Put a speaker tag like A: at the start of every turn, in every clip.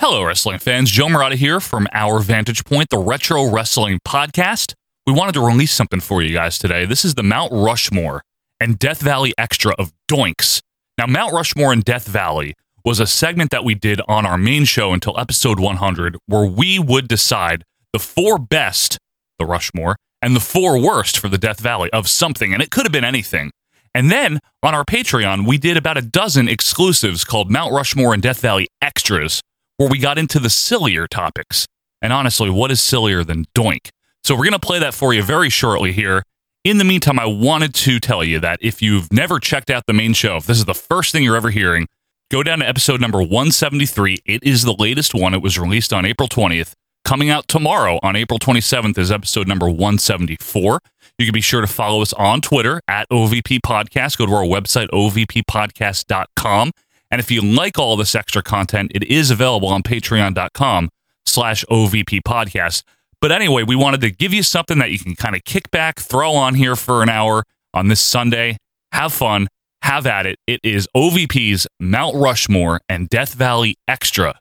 A: Hello, wrestling fans. Joe Marotta here from Our Vantage Point, the Retro Wrestling Podcast. We wanted to release something for you guys today. This is the Mount Rushmore and Death Valley Extra of Doinks. Now, Mount Rushmore and Death Valley was a segment that we did on our main show until episode 100, where we would decide the four best, the Rushmore, and the four worst for the Death Valley of something, and it could have been anything. And then on our Patreon, we did about a dozen exclusives called Mount Rushmore and Death Valley Extras, where we got into the sillier topics. And honestly, what is sillier than Doink? So we're going to play that for you very shortly here. In the meantime, I wanted to tell you that if you've never checked out the main show, if this is the first thing you're ever hearing, go down to episode number 173. It is the latest one. It was released on April 20th. Coming out tomorrow on April 27th is episode number 174. You can be sure to follow us on Twitter at OVP Podcast. Go to our website, ovppodcast.com. And if you like all this extra content, it is available on patreon.com slash OVP Podcast. But anyway, we wanted to give you something that you can kind of kick back, throw on here for an hour on this Sunday. Have fun. Have at it. It is OVP's Mount Rushmore and Death Valley Extra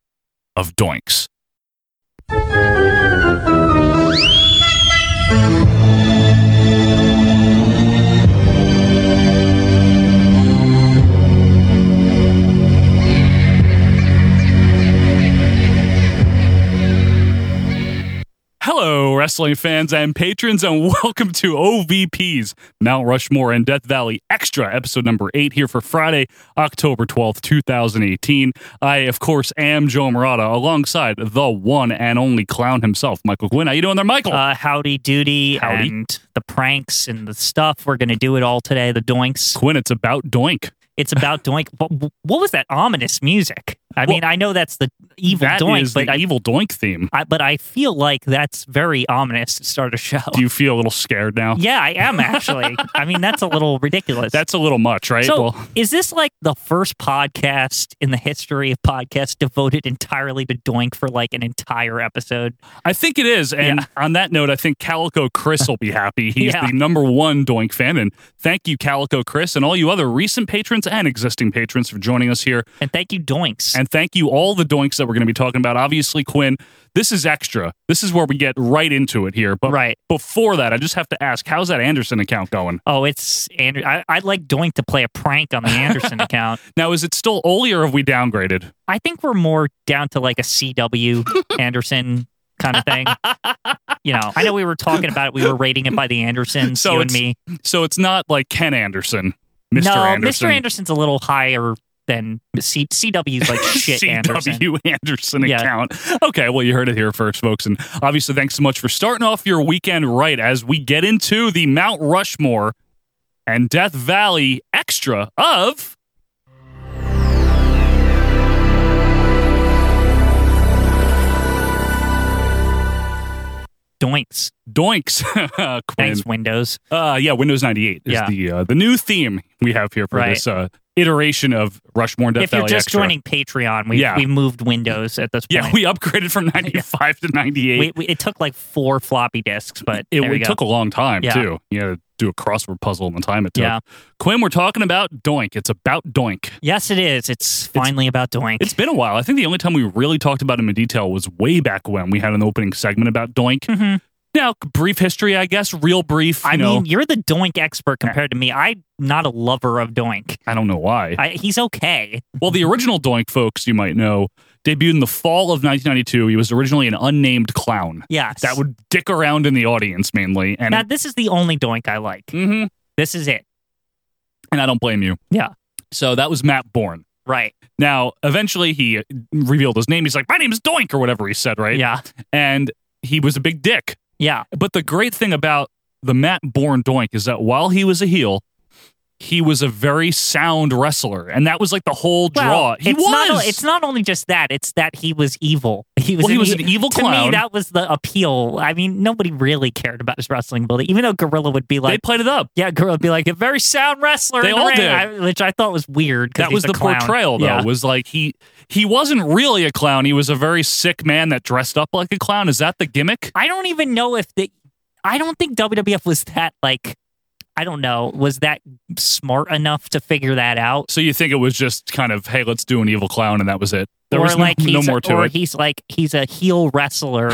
A: of Doinks. Hello, wrestling fans and patrons, and welcome to OVP's Mount Rushmore and Death Valley Extra, episode number eight, here for Friday, October 12th, 2018. I, of course, am Joe Murata, alongside the one and only clown himself, Michael Quinn. How you doing there, Michael?
B: Uh, howdy doody
A: Howdy.
B: and the pranks and the stuff. We're going to do it all today. The doinks.
A: Quinn, it's about Doink.
B: It's about doink. But what was that ominous music? I mean, I know that's the evil
A: That
B: doink,
A: is
B: but
A: the
B: I,
A: evil Doink theme.
B: I, but I feel like that's very ominous to start a show.
A: Do you feel a little scared now?
B: yeah, I am actually. I mean, that's a little ridiculous.
A: That's a little much, right?
B: so.
A: well,
B: Is this like the first podcast in the history of podcasts devoted entirely to doink for like an entire episode?
A: I think it is. And
B: Yeah.
A: on that note, I think Calico Chris will be happy. He's
B: Yeah.
A: the number one Doink fan. And thank you, Calico Chris, and all you other recent patrons and existing patrons for joining us here.
B: And thank you, doinks.
A: And thank you, all the Doinks that we're going to be talking about. Obviously, Quinn, this is extra. This is where we get right into it here. But
B: right.
A: before that, I just have to ask how's that Anderson account going?
B: Oh, it's Andrew. I, I'd like Doink to play a prank on the Anderson account.
A: Now, is it still Oli or have we downgraded?
B: I think we're more down to like a CW Anderson kind of thing. You know, I know we were talking about it. We were rating it by the Andersons,
A: So
B: you and
A: it's
B: me.
A: So it's not like Ken Anderson, Mr.
B: no,
A: Anderson.
B: Mr. Anderson's a little higher than C- CW's like shit
A: CW
B: Anderson.
A: Anderson
B: Yeah.
A: account. Okay, well, you heard it here first, folks. And obviously, thanks so much for starting off your weekend right as we get into the Mount Rushmore and Death Valley extra of.
B: Doinks.
A: Doinks. Quinn.
B: Thanks, Windows.
A: Uh, yeah, Windows 98 is
B: Yeah.
A: the uh, the new theme we have here for
B: Right.
A: this uh, iteration of Rushmore and Death
B: if
A: Valley
B: you're just
A: extra.
B: joining Patreon, we
A: Yeah.
B: we moved Windows at this
A: yeah,
B: point.
A: we upgraded from 95 to 98.
B: we, we, it took like four floppy disks, but
A: it,
B: there we
A: it
B: go.
A: took a long time
B: Yeah.
A: too. You had to do a crossword puzzle in the time it took.
B: Yeah.
A: Quinn, we're talking about Doink. It's about Doink.
B: yes, it is. It's finally about Doink.
A: It's been a while. I think the only time we really talked about him in detail was way back when we had an opening segment about Doink.
B: Mhm.
A: Now, brief history, I guess, real brief. You
B: I
A: know,
B: mean, you're the Doink expert compared to me. I'm not a lover of Doink.
A: I don't know why.
B: I, he's okay.
A: well, the original Doink, folks, you might know, debuted in the fall of 1992. He was originally an unnamed clown
B: Yes.
A: that would dick around in the audience mainly, and
B: Now, this is the only Doink I like.
A: Mhm.
B: This is it.
A: and I don't blame you.
B: Yeah.
A: So that was Matt Bourne.
B: Right.
A: Now, eventually, he revealed his name. He's like, "My name is Doink," or whatever he said, right?
B: Yeah.
A: And he was a big dick.
B: Yeah.
A: But the great thing about the Matt Bourne Doink is that while he was a heel, he was a very sound wrestler, and that was like the whole draw.
B: Well,
A: he
B: it's
A: was.
B: Not, it's not only just that, it's that he was evil. He was,
A: well, he
B: an
A: was
B: e-
A: an evil
B: To
A: clown.
B: me, that was the appeal. I mean, nobody really cared about his wrestling ability, even though Gorilla would be
A: they
B: like,
A: played it up.
B: yeah, Gorilla would be like a very sound wrestler.
A: They
B: in the
A: all
B: ring,"
A: did.
B: I- which I thought was weird. 'cause
A: That
B: he's
A: was
B: a
A: the
B: clown.
A: portrayal, though.
B: Yeah.
A: Was like he he wasn't really a clown. He was a very sick man that dressed up like a clown. Is that the gimmick?
B: I don't even know if the I don't think WWF was that like I don't know, was that smart enough to figure that out?
A: So you think it was just kind of, hey, let's do an evil clown, and that was it? There
B: or
A: was
B: like
A: no,
B: he's
A: no more to
B: or
A: it.
B: he's like he's a heel wrestler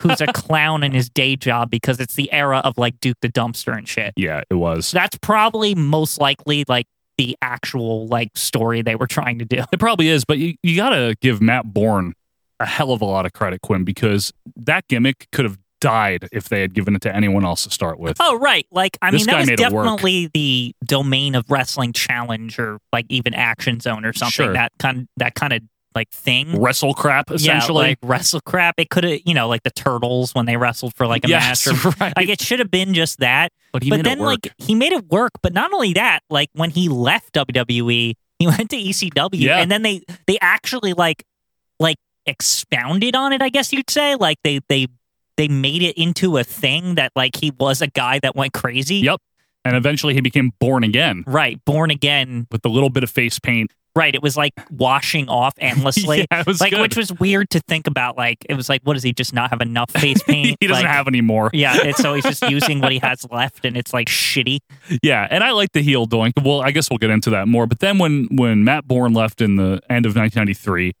B: who's a clown in his day job because it's the era of like Duke the Dumpster and shit.
A: yeah, it was.
B: So that's probably most likely like the actual like story they were trying to do.
A: It probably is, but you, you got to give Matt Bourne a hell of a lot of credit, Quinn, because that gimmick could have died if they had given it to anyone else to start with.
B: Oh right, like I
A: This
B: mean
A: guy
B: that was
A: made it work.
B: definitely the domain of wrestling challenge or like even action zone or something
A: Sure.
B: that kind that kind of like thing.
A: Wrestle crap, essentially.
B: Mm-hmm. yeah, like wrestle crap. It could have you know like the turtles when they wrestled for like a
A: yes,
B: match. Or,
A: right.
B: like it should have been just that.
A: but he
B: but
A: made
B: then
A: it work.
B: like he made it work. But not only that, like when he left WWE, he went to ECW,
A: Yeah.
B: and then they they actually like like expounded on it. I guess you'd say like they they they made it into a thing that like he was a guy that went crazy.
A: Yep. and eventually he became born again
B: Right, born again.
A: with the little bit of face paint.
B: Right, it was like washing off endlessly.
A: yeah, it was
B: Like,
A: good.
B: which was weird to think about. Like, it was like, what does he just not have enough face paint?
A: he doesn't
B: Like,
A: have any more.
B: Yeah, and so he's just using what he has left, and it's like shitty.
A: Yeah, and I like the heel doink. Well, I guess we'll get into that more. But then when when Matt Bourne left in the end of 1993,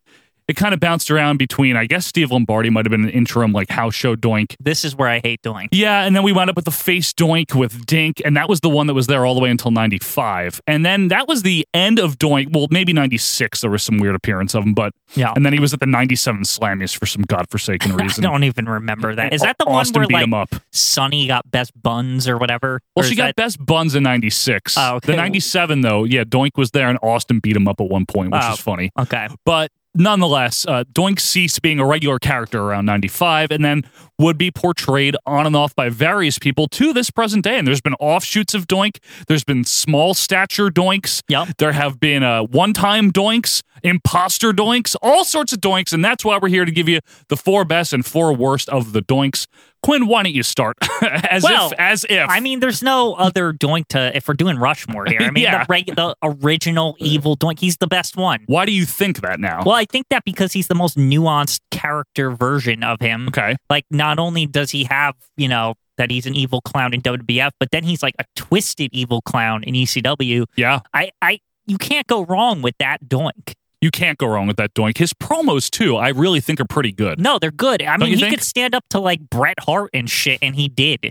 A: it kind of bounced around between. I guess Steve Lombardi might have been an interim like house show doink.
B: This is where I hate doing.
A: Yeah, and then we wound up with the face doink with Dink, and that was the one that was there all the way until 95. And then that was the end of doink. Well, maybe 96 there was some weird appearance of him, but
B: Yeah.
A: and then he was at the 97 Slammies for some godforsaken
B: I
A: reason.
B: don't even remember that. Is that the
A: Austin
B: one
A: beat
B: where like
A: him up?
B: Sonny got best buns or whatever?
A: Well,
B: Or
A: she
B: is
A: got
B: that-
A: best buns in '96.
B: Oh, okay.
A: The '97 though, yeah, Doink was there, and Austin beat him up at one point, which
B: Oh.
A: is funny.
B: okay.
A: But nonetheless, uh, Doink ceased being a regular character around '95, and then would be portrayed on and off by various people to this present day. And there's been offshoots of Doink. There's been small stature Doinks.
B: Yep.
A: There have been uh, one-time Doinks, imposter Doinks, all sorts of Doinks, and that's why we're here to give you the four best and four worst of the Doinks. Quinn, why don't you start? as
B: Well,
A: if, as if.
B: I mean, there's no other doink to if we're doing Rushmore here. I mean,
A: Yeah.
B: the, reg- the original evil doink. He's the best one.
A: Why do you think that now?
B: Well, I think that because he's the most nuanced character version of him.
A: okay.
B: Like, not only does he have, you know, that he's an evil clown in WWF, but then he's like a twisted evil clown in ECW.
A: Yeah.
B: I, I, you can't go wrong with that doink.
A: You can't go wrong with that doink. His promos too, I really think are pretty good.
B: No, they're good. I
A: Don't
B: mean,
A: you
B: he
A: think?
B: could stand up to like Bret Hart and shit, and he did.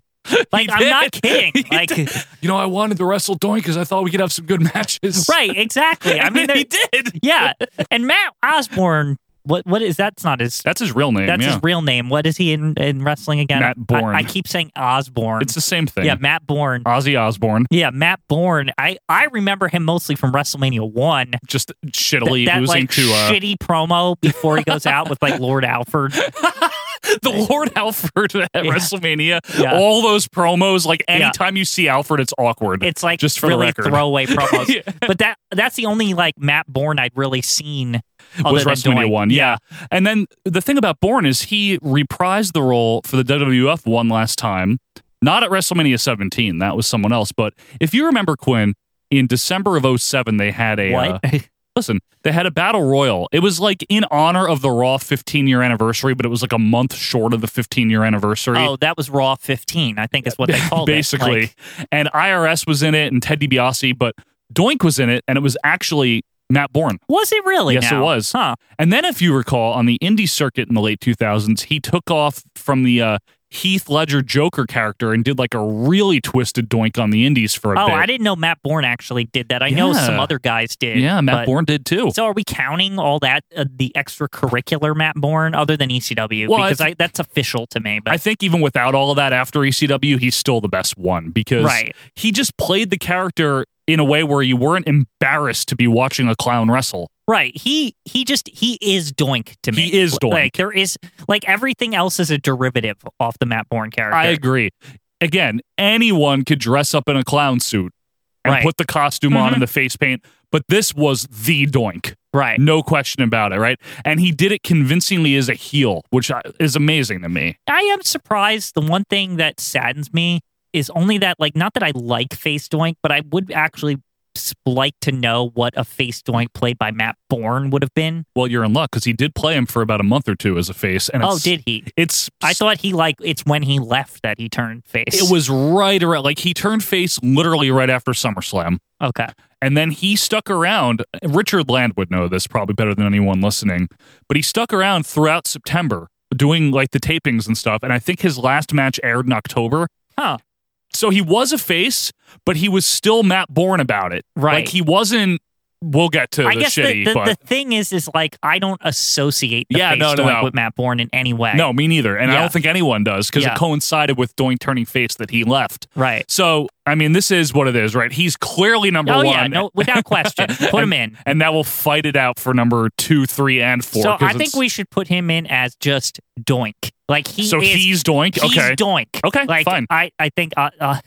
B: Like, I'm
A: did.
B: not kidding.
A: He
B: Like,
A: did. You know, I wanted to wrestle Doink because I thought we could have some good matches.
B: right? Exactly. I mean,
A: he
B: they're-
A: did.
B: yeah. And Matt Osborne, what? What is that's not his.
A: That's his real name.
B: That's
A: yeah.
B: his real name. What is he in, in wrestling again?
A: Matt
B: I-
A: Bourne.
B: I, keep saying Osborne.
A: it's the same thing.
B: yeah, Matt Bourne.
A: Ozzy Osbourne,
B: Yeah, Matt Bourne. I, I remember him mostly from WrestleMania One.
A: just
B: Th-
A: shittily
B: that
A: losing
B: like
A: to uh,
B: shitty promo before he goes out with like Lord Alford.
A: the Lord Alfred at
B: Yeah.
A: WrestleMania.
B: Yeah.
A: All those promos, like
B: Yeah.
A: anytime you see Alfred, it's awkward.
B: It's like
A: Just for the
B: really
A: record.
B: throwaway promos.
A: Yeah.
B: But that that's the only like Matt Bourne I'd really seen. Other
A: was
B: than
A: WrestleMania
B: Doink.
A: one. Yeah. and then the thing about Bourne is he reprised the role for the WWF one last time, not at WrestleMania 17. That was someone else. But if you remember, Quinn, in December of 07, they had a uh,
B: What?
A: listen. They had a battle royal. It was like in honor of the Raw 15 year anniversary, but it was like a month short of the 15 year anniversary.
B: oh, that was Raw 15. I think is what they called
A: basically.
B: it. Like,
A: and IRS was in it, and Ted DiBiase, but Doink was in it, and it was actually Matt Bourne.
B: was it really?
A: Yes, it
B: now?
A: was.
B: Huh.
A: And then, if you recall, on the indie circuit in the late 2000s, he took off from the uh, Heath Ledger Joker character and did like a really twisted doink on the indies for a
B: Oh,
A: bit.
B: I didn't know Matt Bourne actually did that. I know
A: Yeah.
B: some other guys did.
A: yeah, Matt
B: but-
A: Bourne did too.
B: So are we counting all that uh, the extracurricular Matt Bourne other than ECW?
A: Well, I
B: because
A: th-
B: I, that's official to me. But
A: I think even without all of that, after ECW, he's still the best one because
B: Right.
A: he just played the character in a way where you weren't embarrassed to be watching a clown wrestle.
B: Right. He he just he is doink to me.
A: He is doink.
B: Like there is like everything else is a derivative off the Matt Bourne character.
A: I agree. Again, anyone could dress up in a clown suit and
B: Right.
A: put the costume on
B: Mhm.
A: and the face paint, but this was the doink.
B: right.
A: No question about it, right? And he did it convincingly as a heel, which I- is amazing to me.
B: I am surprised. The one thing that saddens me is only that like not that I like face doink, but I would actually s- like to know what a face doink played by Matt Bourne would have been.
A: Well, you're in luck because he did play him for about a month or two as a face, and it's,
B: oh, did he?
A: it's
B: I thought he like it's when he left that he turned face.
A: it was right around like he turned face literally right after SummerSlam,
B: okay.
A: and then he stuck around. Richard Land would know this probably better than anyone listening, but he stuck around throughout September doing like the tapings and stuff, and I think his last match aired in October.
B: Huh.
A: So he was a face, but he was still Matt Bourne about it.
B: Right.
A: Like he wasn't. We'll get to
B: I
A: the
B: guess
A: shitty,
B: the, the,
A: but
B: the thing is, is like I don't associate the
A: Yeah,
B: face
A: no, no,
B: doink
A: no.
B: with Matt Bourne in any way.
A: No, me neither. And I
B: Yeah.
A: don't think anyone does because
B: Yeah.
A: it coincided with Doink turning face that he left.
B: right?
A: So, I mean, this is what it is, right? He's clearly number
B: oh
A: one,
B: yeah, no, without question. Put him in.
A: and that will fight it out for number two, three, and four.
B: So
A: 'cause
B: I think
A: it's-
B: we should put him in as just Doink. Like he
A: So
B: is.
A: he's Doink.
B: he's
A: okay.
B: Doink.
A: Okay,
B: Like
A: fine.
B: I, I think uh, uh,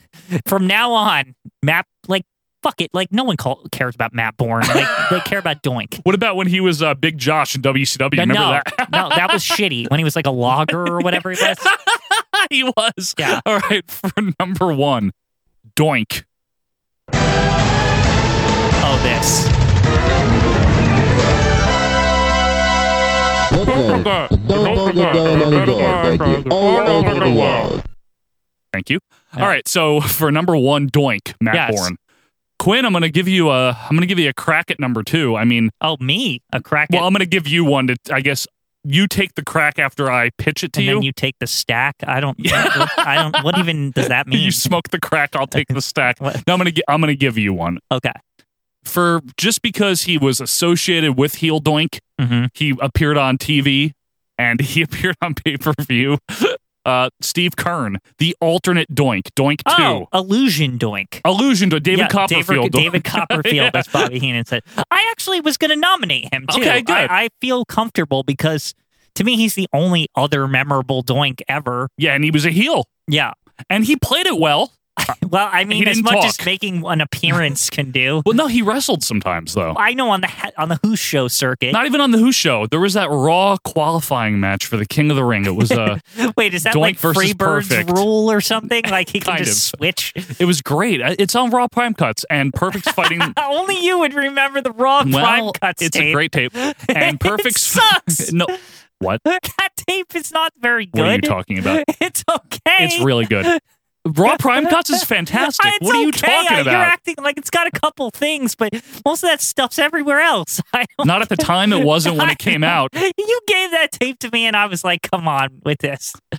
B: from now on, Matt. Like fuck it. Like no one call, cares about Matt Bourne. Like, they care about Doink.
A: What about when he was uh, Big Josh in WCW?
B: No,
A: Remember
B: no,
A: that?
B: no, that was shitty when he was like a logger or whatever he was.
A: he was.
B: Yeah.
A: All right. For number one, Doink.
B: Oh, this.
C: Don't forget, don't forget down on the guard, thank you. All over the world.
A: Thank you.
B: Yeah.
A: All right. So for number one, Doink, Matt
B: Yes.
A: Bourne. Quinn, I'm gonna give you a I'm gonna give you a crack at number two. I mean,
B: Oh, me a crack. at-
A: Well, I'm going to give you one to, I guess, you take the crack after I pitch it to
B: and
A: you.
B: then you take the stack. I don't. I don't. What even does that mean?
A: You smoke the crack, I'll take the stack. no,
B: What?
A: I'm going to I'm going to give you one.
B: Okay.
A: For just because he was associated with Heel Doink,
B: hmm
A: he appeared on TV and he appeared on pay-per-view. Uh, Steve Kern, the alternate Doink, Doink 2.
B: Oh, illusion doink.
A: Allusion to Oh, David
B: Yeah,
A: Copperfield.
B: David, David Copperfield, as Bobby Heenan said. I actually was going to nominate him too.
A: Okay, good.
B: I, I feel comfortable because to me he's the only other memorable doink ever.
A: yeah, and he was a heel.
B: Yeah.
A: And he played it well.
B: Well, I mean, as
A: didn't
B: much
A: talk.
B: as making an appearance can do.
A: Well, no, he wrestled sometimes, though.
B: I know on the ha- on the Who show circuit.
A: Not even on the Who show. There was that Raw qualifying match for the King of the Ring. It was uh,
B: Wait, is that
A: Doink
B: like
A: versus
B: Freebird's
A: Perfect.
B: rule or something? Like he can
A: Kind
B: just switch.
A: it was great. Uh, It's on Raw Prime Cuts and Perfect's fighting.
B: Only you would remember the raw prime
A: well,
B: cut
A: it's a
B: tape.
A: great tape. And
B: It
A: Perfect's
B: sucks.
A: no, what?
B: that tape is not very good.
A: What are you talking about?
B: It's okay.
A: It's really good. Raw Prime Cuts is fantastic.
B: It's
A: what are you
B: okay.
A: talking
B: I- You're
A: about?
B: acting like it's got a couple things, but most of that stuff's everywhere else. I don't,
A: Not at the time it wasn't when it came out.
B: you gave that tape to me, and I was like, "Come on with this."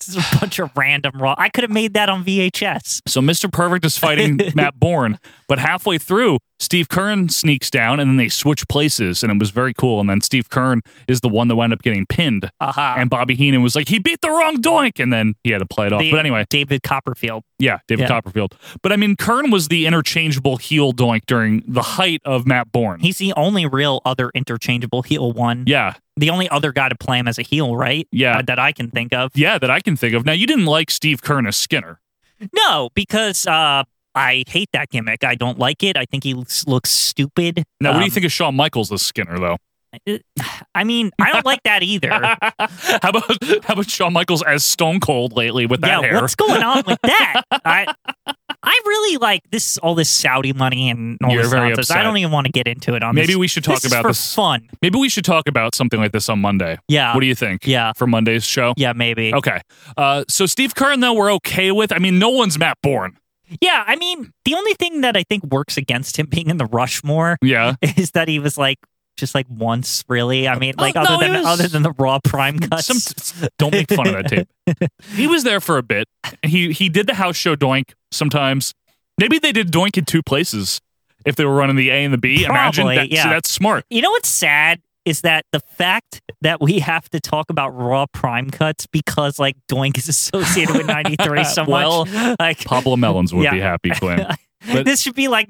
B: This is a bunch of random raw. I could have made that on VHS.
A: So Mr. Perfect is fighting Matt Bourne, but halfway through, Steve Kern sneaks down and then they switch places and it was very cool. And then Steve Kern is the one that wound up getting pinned.
B: Aha.
A: And Bobby Heenan was like, he beat the wrong doink. And then he had to play it off.
B: The-
A: But anyway,
B: David Copperfield.
A: yeah, David
B: Yeah.
A: Copperfield. But I mean, Kern was the interchangeable heel doink during the height of Matt Bourne.
B: He's the only real other interchangeable heel one.
A: yeah,
B: The only other guy to play him as a heel, right?
A: Yeah.
B: Uh, that I can think of.
A: yeah, that I can think of. Now, you didn't like Steve Kern as Skinner.
B: No, because uh, I hate that gimmick. I don't like it. I think he looks, looks stupid.
A: Now, what do
B: Um,
A: you think of Shawn Michaels as Skinner, though?
B: I mean, I don't like that either.
A: how about how about Shawn Michaels as Stone Cold lately with
B: yeah,
A: that hair?
B: what's going on with that? I I really like this all this Saudi money and all
A: You're
B: this
A: very
B: nonsense. I
A: upset.
B: don't even want to get into it on
A: Um, Maybe
B: this.
A: we should talk
B: this is
A: about
B: for
A: this.
B: fun.
A: Maybe we should talk about something like this on Monday.
B: Yeah.
A: what do you think?
B: Uh, yeah.
A: For Monday's show?
B: Yeah, maybe.
A: Okay. Uh, so Steve Kern, though, we're okay with. I mean, no one's Matt Bourne.
B: Yeah, I mean, the only thing that I think works against him being in the Rushmore
A: Yeah.
B: is that he was like just like once really. I mean,
A: Oh,
B: like
A: no,
B: other
A: he
B: than
A: was-
B: other than the raw prime cuts.
A: Some, don't make fun of that tape. He was there for a bit. He he did the house show doink sometimes. Maybe they did doink in two places if they were running the A and the B. Imagine
B: Probably,
A: that.
B: yeah.
A: See, that's smart.
B: You know what's sad is that the fact that we have to talk about raw prime cuts because like Doink is associated with '93 so
A: Well,
B: much. Like
A: Pablo Melons would
B: Yeah.
A: be happy, Quinn. but-
B: this should be like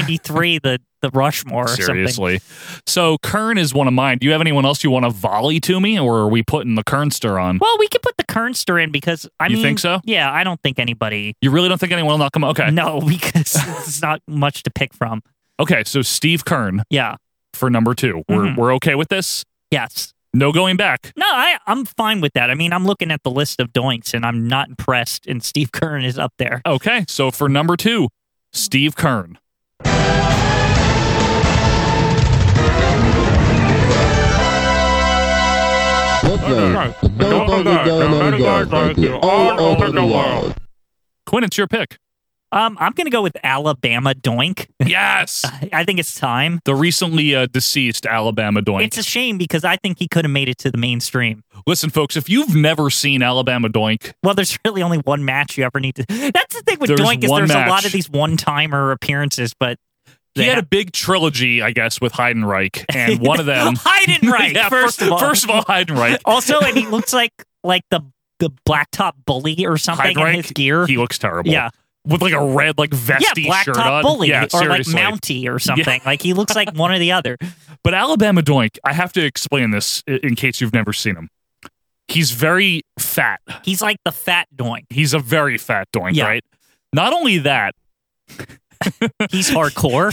B: 1993, the the Rushmore or something.
A: Seriously. So Kern is one of mine. Do you have anyone else you want to volley to me, or are we putting the Kernster on?
B: Well, we could put the Kernster in because I
A: You
B: mean,
A: think so?
B: Yeah, I don't think anybody.
A: You really don't think anyone will not come? Okay.
B: No, because it's not much to pick from.
A: Okay. So Steve Kern
B: Yeah.
A: for number 2 we We're
B: Mhm.
A: we're okay with this.
B: Yes.
A: No going back.
B: No, I, I'm fine with that. I mean, I'm looking at the list of doinks and I'm not impressed. And Steve Kern is up there.
A: Okay. So for number two, Steve Kern.
C: Guard. The Bill Bogle Governor Guard thank you all over the world.
A: Quinn, it's your pick.
B: Um, I'm gonna go with Alabama Doink.
A: Yes,
B: I think it's time.
A: the recently uh, deceased Alabama Doink.
B: It's a shame because I think he could have made it to the mainstream.
A: Listen, folks, if you've never seen Alabama Doink,
B: Well, there's really only one match you ever need to. That's the thing with
A: There's
B: Doink is
A: one
B: there's a lot
A: match.
B: of these one-timer appearances, but
A: he
B: they
A: had a
B: have-
A: big trilogy, I guess, with Heidenreich, and one of them.
B: Heidenreich.
A: Yeah,
B: first, of all,
A: first of all, Heidenreich.
B: also, and he looks like like the the blacktop bully or something in his
A: Heidenreich,
B: gear.
A: He looks terrible.
B: yeah,
A: with like a red like vesty
B: yeah, blacktop
A: shirt on.
B: bully
A: yeah,
B: or
A: seriously.
B: like Mountie or something. Like he looks like one or the other.
A: But Alabama Doink, I have to explain this i- in case you've never seen him. He's very fat.
B: He's like the fat Doink.
A: He's a very fat Doink,
B: Yeah.
A: right? Not only that,
B: He's hardcore.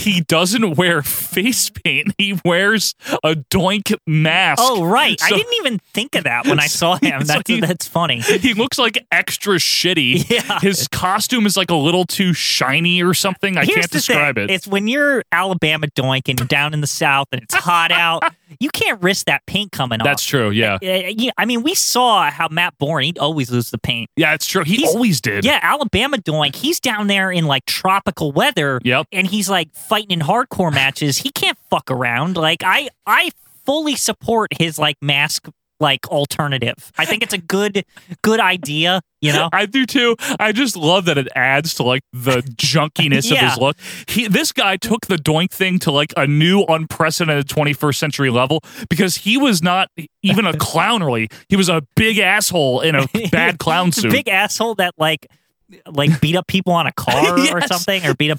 A: he doesn't wear face paint. He wears a Doink mask.
B: Oh right, I
A: So-
B: didn't even think of that when I saw him.
A: So
B: That's
A: he-
B: that's funny.
A: He looks like extra shitty.
B: Yeah.
A: His costume is like a little too shiny or something. I
B: Here's
A: can't
B: the
A: describe
B: thing.
A: it.
B: It's when you're Alabama Doink and you're down in the South and it's hot out. You can't risk that paint coming
A: That's
B: off.
A: true. Yeah.
B: Yeah, yeah, I mean, we saw how Matt Bourne, he'd always lose the paint.
A: Yeah, it's true. He
B: He's-
A: always did.
B: Yeah, Alabama Doink, he's down there in like tropical weather.
A: Yep.
B: And he's like fighting in hardcore matches. He can't fuck around. Like I I fully support his like mask like alternative. I think it's a good good idea, you know.
A: I do too. I just love that it adds to like the junkiness of
B: Yeah.
A: his look. He, this guy took the doink thing to like a new unprecedented 21st century level because he was not even a clown really. He was a big asshole in a bad clown
B: It's a
A: suit.
B: Big asshole that like like beat up people on a car or
A: Yes.
B: something or beat up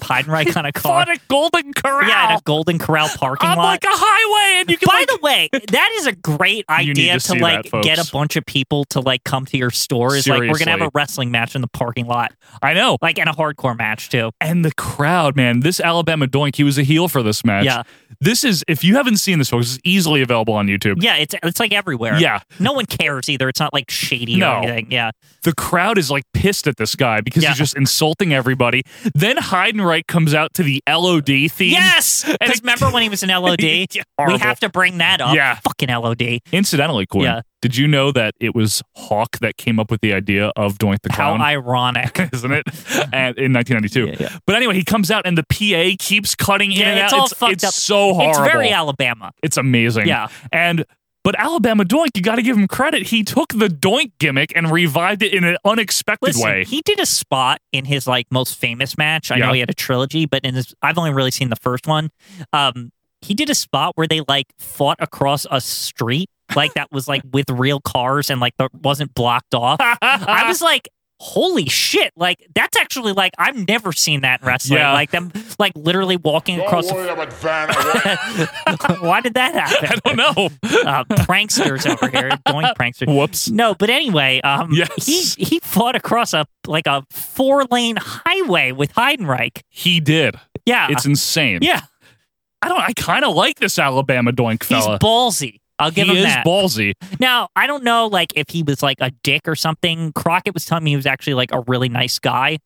B: Heidenreich on a car.
A: Fought at Golden Corral
B: yeah, in a Golden Corral parking
A: on
B: lot.
A: like a highway, and you can
B: By
A: like
B: the way, that is a great
A: You need
B: idea
A: to
B: to,
A: see that,
B: like
A: folks.
B: get a bunch of people to like come to your store. Is like we're gonna have
A: Seriously.
B: a wrestling match in the parking lot,
A: I know.
B: like and a hardcore match too.
A: and the crowd, man. This Alabama doink, he was a heel for this match.
B: Yeah.
A: This is if you haven't seen this, folks, it's easily available on YouTube.
B: Yeah, it's it's like everywhere.
A: Yeah.
B: no one cares either. It's not like shady
A: No.
B: or anything. Yeah,
A: the crowd is like pissed at this guy because
B: Yeah.
A: he's just insulting everybody. Then Heidenreich comes out to the LOD theme.
B: yes. Because
A: it-
B: remember when he was in LOD,
A: Yeah,
B: we
A: horrible.
B: have to bring that up.
A: Yeah.
B: fucking LOD.
A: Incidentally, Quinn,
B: Yeah.
A: did you know that it was Hawk that came up with the idea of Doink the
B: How
A: Clown?
B: ironic.
A: isn't it? And in 1992.
B: Yeah, yeah.
A: But anyway, he comes out and the PA keeps cutting in
B: Yeah,
A: and
B: it's
A: out.
B: all
A: it's,
B: fucked
A: it's
B: up.
A: so horrible.
B: It's very Alabama.
A: It's amazing.
B: Yeah.
A: And but Alabama Doink, you got to give him credit. He took the Doink gimmick and revived it in an unexpected
B: Listen,
A: way.
B: he did a spot in his like most famous match. I
A: Yeah.
B: know he had a trilogy, but in this, I've only really seen the first one. Um, he did a spot where they like fought across a street, like that was like with real cars and like but wasn't blocked off. I was like, holy shit! Like that's actually like I've never seen that in wrestling.
A: Yeah.
B: Like them, like literally walking across.
D: Don't worry
B: A,
D: about Van. I
B: why did that
A: I
B: happen?
A: don't know.
B: Uh, pranksters over here, doink pranksters.
A: Whoops.
B: No, but anyway, um,
A: Yes.
B: he he fought across a like a four lane highway with Heidenreich.
A: He did.
B: Yeah,
A: It's insane.
B: yeah,
A: Uh-uh. I don't. I kind of like this Alabama doink
B: he's
A: fella.
B: ballsy. I'll give
A: he
B: him
A: is
B: that.
A: ballsy.
B: now, I don't know, like if he was like a dick or something. Crockett was telling me he was actually like a really nice guy.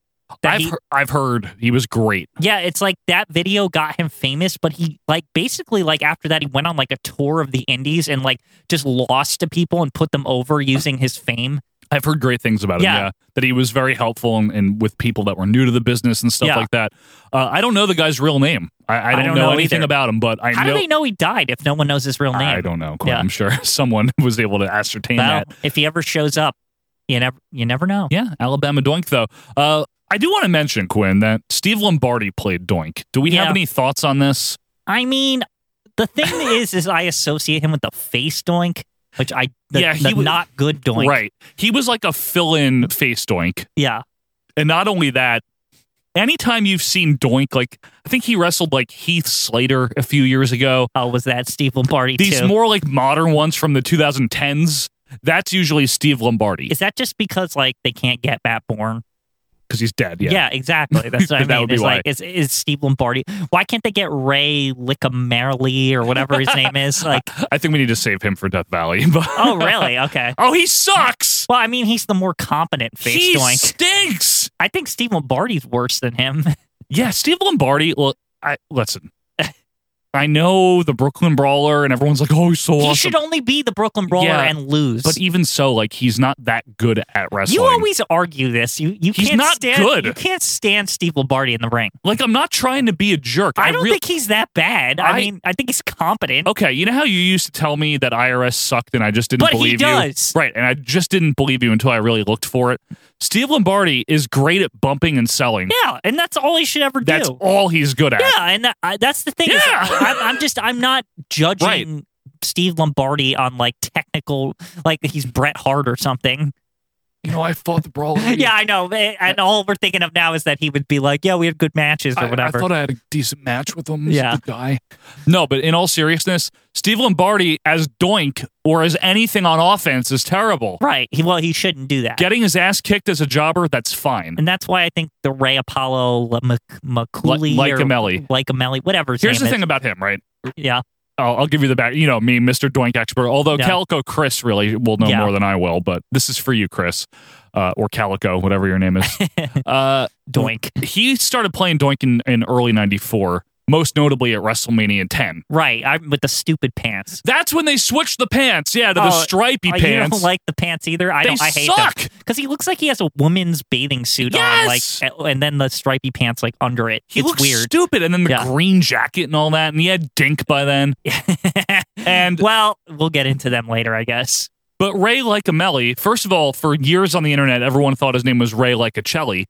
B: That
A: I've
B: he-
A: he- I've heard he was great.
B: yeah, it's like that video got him famous, but he like basically like after that he went on like a tour of the Indies and like just lost to people and put them over using his fame.
A: I've heard great things about him. Yeah,
B: Yeah.
A: that he was very helpful and, and with people that were new to the business and stuff
B: Yeah.
A: like that. Uh, I don't know the guy's real name. I, I, don't, know, anything
B: either.
A: about him, but I
B: How
A: know.
B: do they know he died if no one knows his real name?
A: I don't know. Quinn.
B: Yeah.
A: I'm sure someone was able to ascertain
B: Well,
A: that.
B: if he ever shows up, you never you never know.
A: Yeah, Alabama Doink though. Uh, I do want to mention Quinn that Steve Lombardi played Doink. Do we have
B: Yeah.
A: any thoughts on this?
B: I mean, the thing is, is I associate him with the face doink, which I the,
A: Yeah, he
B: the
A: w-
B: not good doink.
A: Right, he was like a fill-in face Doink.
B: Yeah.
A: And not only that, anytime you've seen Doink, like I think he wrestled like Heath Slater a few years ago.
B: Oh, was that Steve Lombardi
A: These
B: too?
A: more like modern ones from the 2010s. That's usually Steve Lombardi
B: is that just because like they can't get Matt Bourne?
A: because he's dead. Yeah.
B: exactly. That's what I
A: That
B: mean.
A: would be
B: it's
A: why.
B: like is is Steve Lombardi? Why can't they get Ray Lickamarly or whatever his name is? Like,
A: I think we need to save him for Death Valley. But
B: oh really? Okay.
A: oh, he sucks.
B: Well, I mean, he's the more competent face
A: he
B: doink.
A: stinks.
B: I think Steve Lombardi's worse than him.
A: Yeah, Steve Lombardi. Well, I listen. I know the Brooklyn Brawler, and everyone's like, "Oh, he's so
B: He
A: awesome."
B: should only be the Brooklyn Brawler
A: Yeah,
B: and lose.
A: But even so, like he's not that good at wrestling.
B: you always argue this. You you
A: He's
B: can't
A: not
B: stand
A: good.
B: you can't stand Steve Lombardi in the ring.
A: like I'm not trying to be a jerk.
B: I, don't
A: real-
B: think he's that bad. I,
A: I- Oh,
B: mean, I think he's competent.
A: Okay, you know how you used to tell me that IRS sucked and I just didn't
B: But he
A: believe you?
B: does.
A: Right, and I just didn't believe you until I really looked for it. Steve Lombardi is great at bumping and selling.
B: Yeah, and that's all he should ever
A: That's
B: do.
A: all he's good at.
B: Yeah, and that, I, that's the thing. is
A: Yeah.
B: I'm, I'm just I'm not judging
A: Right.
B: Steve Lombardi on like technical, like he's Bret Hart or something.
A: You know, I fought the brawler.
B: Yeah, I know. eh, And all we're thinking of now is that he would be like, "Yeah, we had good matches or whatever."
A: I had a decent match with him.
B: He's a Yeah.
A: guy. No, but in all seriousness, Steve Lombardi as Doink or as anything on offense is terrible.
B: right. He, well, he shouldn't do that.
A: Getting his ass kicked as a jobber, that's fine.
B: and that's why I think the Ray Apollo Mac- Maculi
A: Like-
B: or
A: Likeamelli.
B: Likeamelli, whatever. His
A: Here's the
B: name
A: thing
B: is.
A: about him, right?
B: Yeah,
A: I'll, I'll give you the back. You know me, Mr. Doink expert. Although
B: Yeah.
A: Calico Chris really will know
B: Yeah.
A: more than I will, but this is for you, Chris, uh, or Calico, whatever your name is. uh,
B: Doink.
A: he started playing Doink in, in early '94, most notably at WrestleMania 10.
B: Right. I'm with the stupid pants.
A: That's when they switched the pants, yeah, to the
B: Oh,
A: stripy
B: Oh, You
A: pants.
B: don't like the pants either. I
A: They
B: don't. I hate
A: suck!
B: because he looks like he has a woman's bathing suit
A: Yes!
B: on, like, and then the stripy pants like under it.
A: he
B: it's
A: looks
B: weird.
A: stupid, and then the
B: Yeah.
A: green jacket and all that, and he had Dink by then. And
B: well, we'll get into them later, I guess.
A: But Ray Lycamelli, first of all, for years on the internet, everyone thought his name was Ray Lycacelli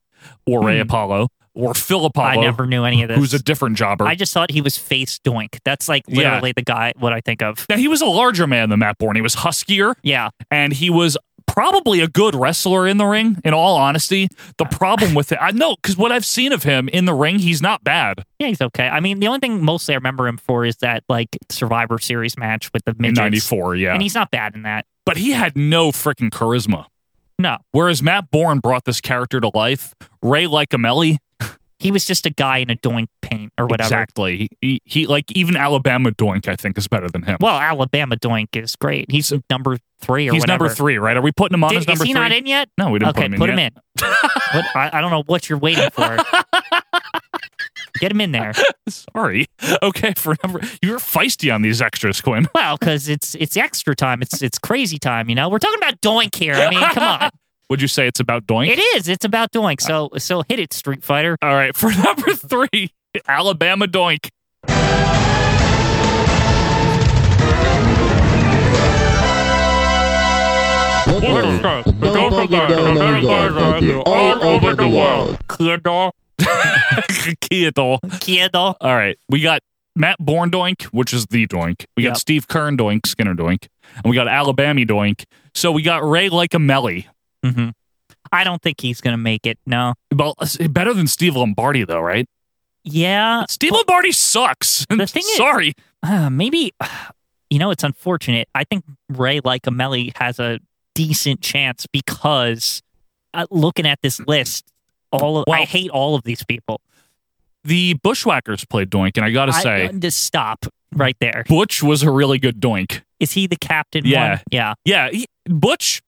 A: or Ray
B: Hmm.
A: Apollo or Phil Apollo,
B: I never knew any of this.
A: who's a different jobber.
B: I just thought he was face doink. That's like
A: Yeah.
B: literally the guy what I think of.
A: now, he was a larger man than Matt Bourne. He was huskier
B: Yeah,
A: and he was probably a good wrestler in the ring, in all honesty. The
B: Ah.
A: problem with it, I know, because what I've seen of him in the ring, he's not bad.
B: yeah, he's okay. I mean, the only thing mostly I remember him for is that like Survivor Series match with the
A: In
B: midgets,
A: 94, yeah.
B: and he's not bad in that.
A: but he had no freaking charisma.
B: No,
A: Whereas Matt Bourne brought this character to life, Ray Lycamelli,
B: he was just a guy in a doink paint or whatever.
A: Exactly. He, he, he- like even Alabama Doink, I think, is better than him.
B: Well, Alabama doink is great. He's number three or
A: He's
B: whatever.
A: number three, right? Are we putting him on
B: Did-
A: as number
B: is he
A: three?
B: not in yet?
A: No, we didn't
B: okay,
A: put him in.
B: put him
A: yet.
B: in. What, I, I don't know what you're waiting for. Get him in there.
A: Sorry. Okay, for number you're feisty on these extras, Quinn.
B: Well, because it's it's extra time. It's it's crazy time. You know, we're talking about Doink here. I mean, come on.
A: Would you say it's about Doink?
B: It is. It's about Doink. So so hit it, Street Fighter.
A: All right, for number three, Alabama Doink.
C: Literally, the
D: Literally, the
C: dog is
D: dog
C: down on guard right here, all over the world.
A: Kiddo. Kiddo.
B: Kiddo.
A: All right, we got Matt Bourne Doink, which is the Doink. We got
B: Yep.
A: Steve Kern Doink, Skinner Doink, and we got Alabama Doink. So we got Ray Lycamelli. Mm-hmm.
B: hmm I don't think he's gonna make it. No.
A: Well, better than Steve Lombardi, though, right?
B: Yeah.
A: Steve Lombardi sucks.
B: The thing is-
A: Sorry.
B: Uh, maybe. You know, it's unfortunate. I think Ray Lycamelli has a decent chance because uh, looking at this list, all of, I
A: Well-
B: hate all of these people.
A: the Bushwhackers played Doink, and I gotta
B: I- uh,
A: say,
B: just stop right there.
A: Butch was a really good Doink.
B: Is he the captain?
A: Yeah.
B: one? yeah,
A: Yeah, he, Butch.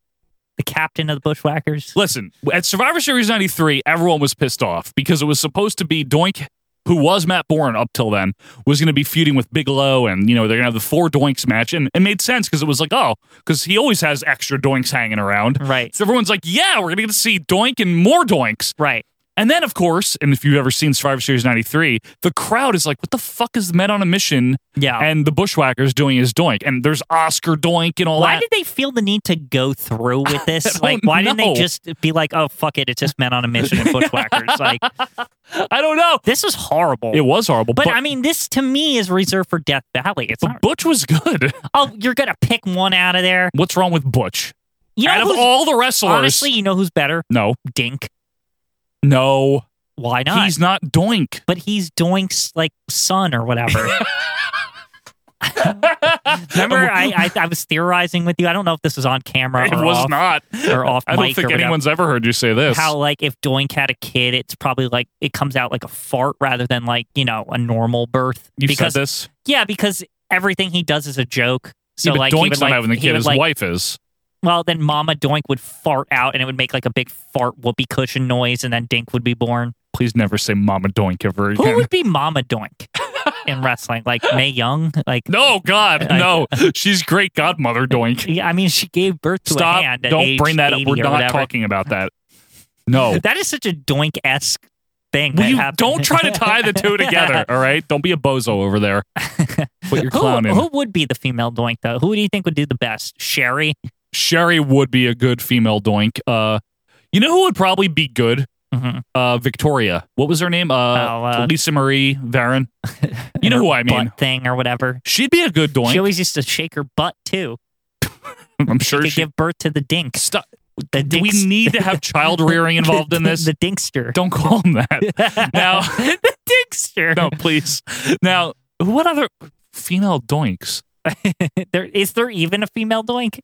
B: the captain of the Bushwhackers.
A: Listen, at Survivor Series '93, everyone was pissed off because it was supposed to be Doink, who was Matt Bourne up till then, was going to be feuding with Bigelow, and you know they're gonna have the four Doinks match, and it made sense because it was like, oh, because he always has extra Doinks hanging around.
B: Right,
A: So everyone's like, yeah, we're gonna get to see Doink and more Doinks.
B: right.
A: And then, of course, and if you've ever seen Survivor Series 93, the crowd is like, what the fuck is the men on a mission?
B: Yeah.
A: And the Bushwhackers doing his doink. And there's Oscar doink and all
B: why
A: that.
B: did they feel the need to go through with this?
A: don't
B: Like, why didn't
A: know.
B: they just be like, "Oh fuck it, it's just men on a mission and bushwhackers"? like,
A: I don't know.
B: this is horrible.
A: It was horrible.
B: but, I mean, this to me is reserved for Death Valley. It's
A: but
B: not.
A: Butch was good.
B: Oh, you're gonna pick one out of there.
A: What's wrong with Butch?
B: You know
A: Out of
B: who's-
A: all the wrestlers.
B: honestly, you know who's better?
A: no,
B: Dink.
A: no.
B: Why not?
A: He's not doink.
B: but he's Doink's like son or whatever. Remember, I, I I was theorizing with you. I don't know if this was on camera.
A: Oh. it
B: or
A: was
B: off,
A: not.
B: or off
A: I don't
B: mic
A: think
B: or whatever.
A: anyone's ever heard you say this.
B: How like if Doink had a kid, it's probably like it comes out like a fart rather than like you know a normal birth.
A: You've
B: because
A: said this.
B: yeah, because everything he does is a joke. So
A: Yeah, but
B: like he
A: Doink's
B: would,
A: not
B: like,
A: having the
B: he
A: kid.
B: would,
A: His
B: like-
A: wife is.
B: Well, then Mama Doink would fart out, and it would make like a big fart whoopee cushion noise, and then Dink would be born.
A: Please never say Mama Doink ever again.
B: Who would be Mama Doink? in wrestling, like May Young. Like,
A: No, God, no. She's great godmother, Doink.
B: yeah, I mean, she gave birth to
A: Stop.
B: a hand. At
A: Don't
B: age
A: bring that up.
B: 80
A: We're
B: or
A: not
B: whatever.
A: talking about that. No.
B: That is such a doink esque thing.
A: Will
B: that
A: you-
B: happened.
A: don't try to tie the two together, all right? Don't be a bozo over there. Put your
B: who,
A: clown in.
B: who would be the female doink though? Who do you think would do the best? Sherry.
A: Sherry would be a good female Doink. Uh, you know who would probably be good?
B: Mhm.
A: Uh, Victoria. What was her name? Uh,
B: Oh, uh,
A: Lisa Marie Varon. You
B: And
A: know
B: her
A: who I mean.
B: uh, butt thing or whatever.
A: She'd be a good Doink.
B: She always used to shake her butt too.
A: I'm sure
B: to
A: she.
B: give birth to the dink.
A: Stop.
B: The
A: Do we
B: dinks-
A: need to have child rearing involved in this?
B: The dinkster.
A: Don't call him that. Now-
B: the dinkster.
A: No, please. Now, what other female doinks?
B: there is there even a female doink?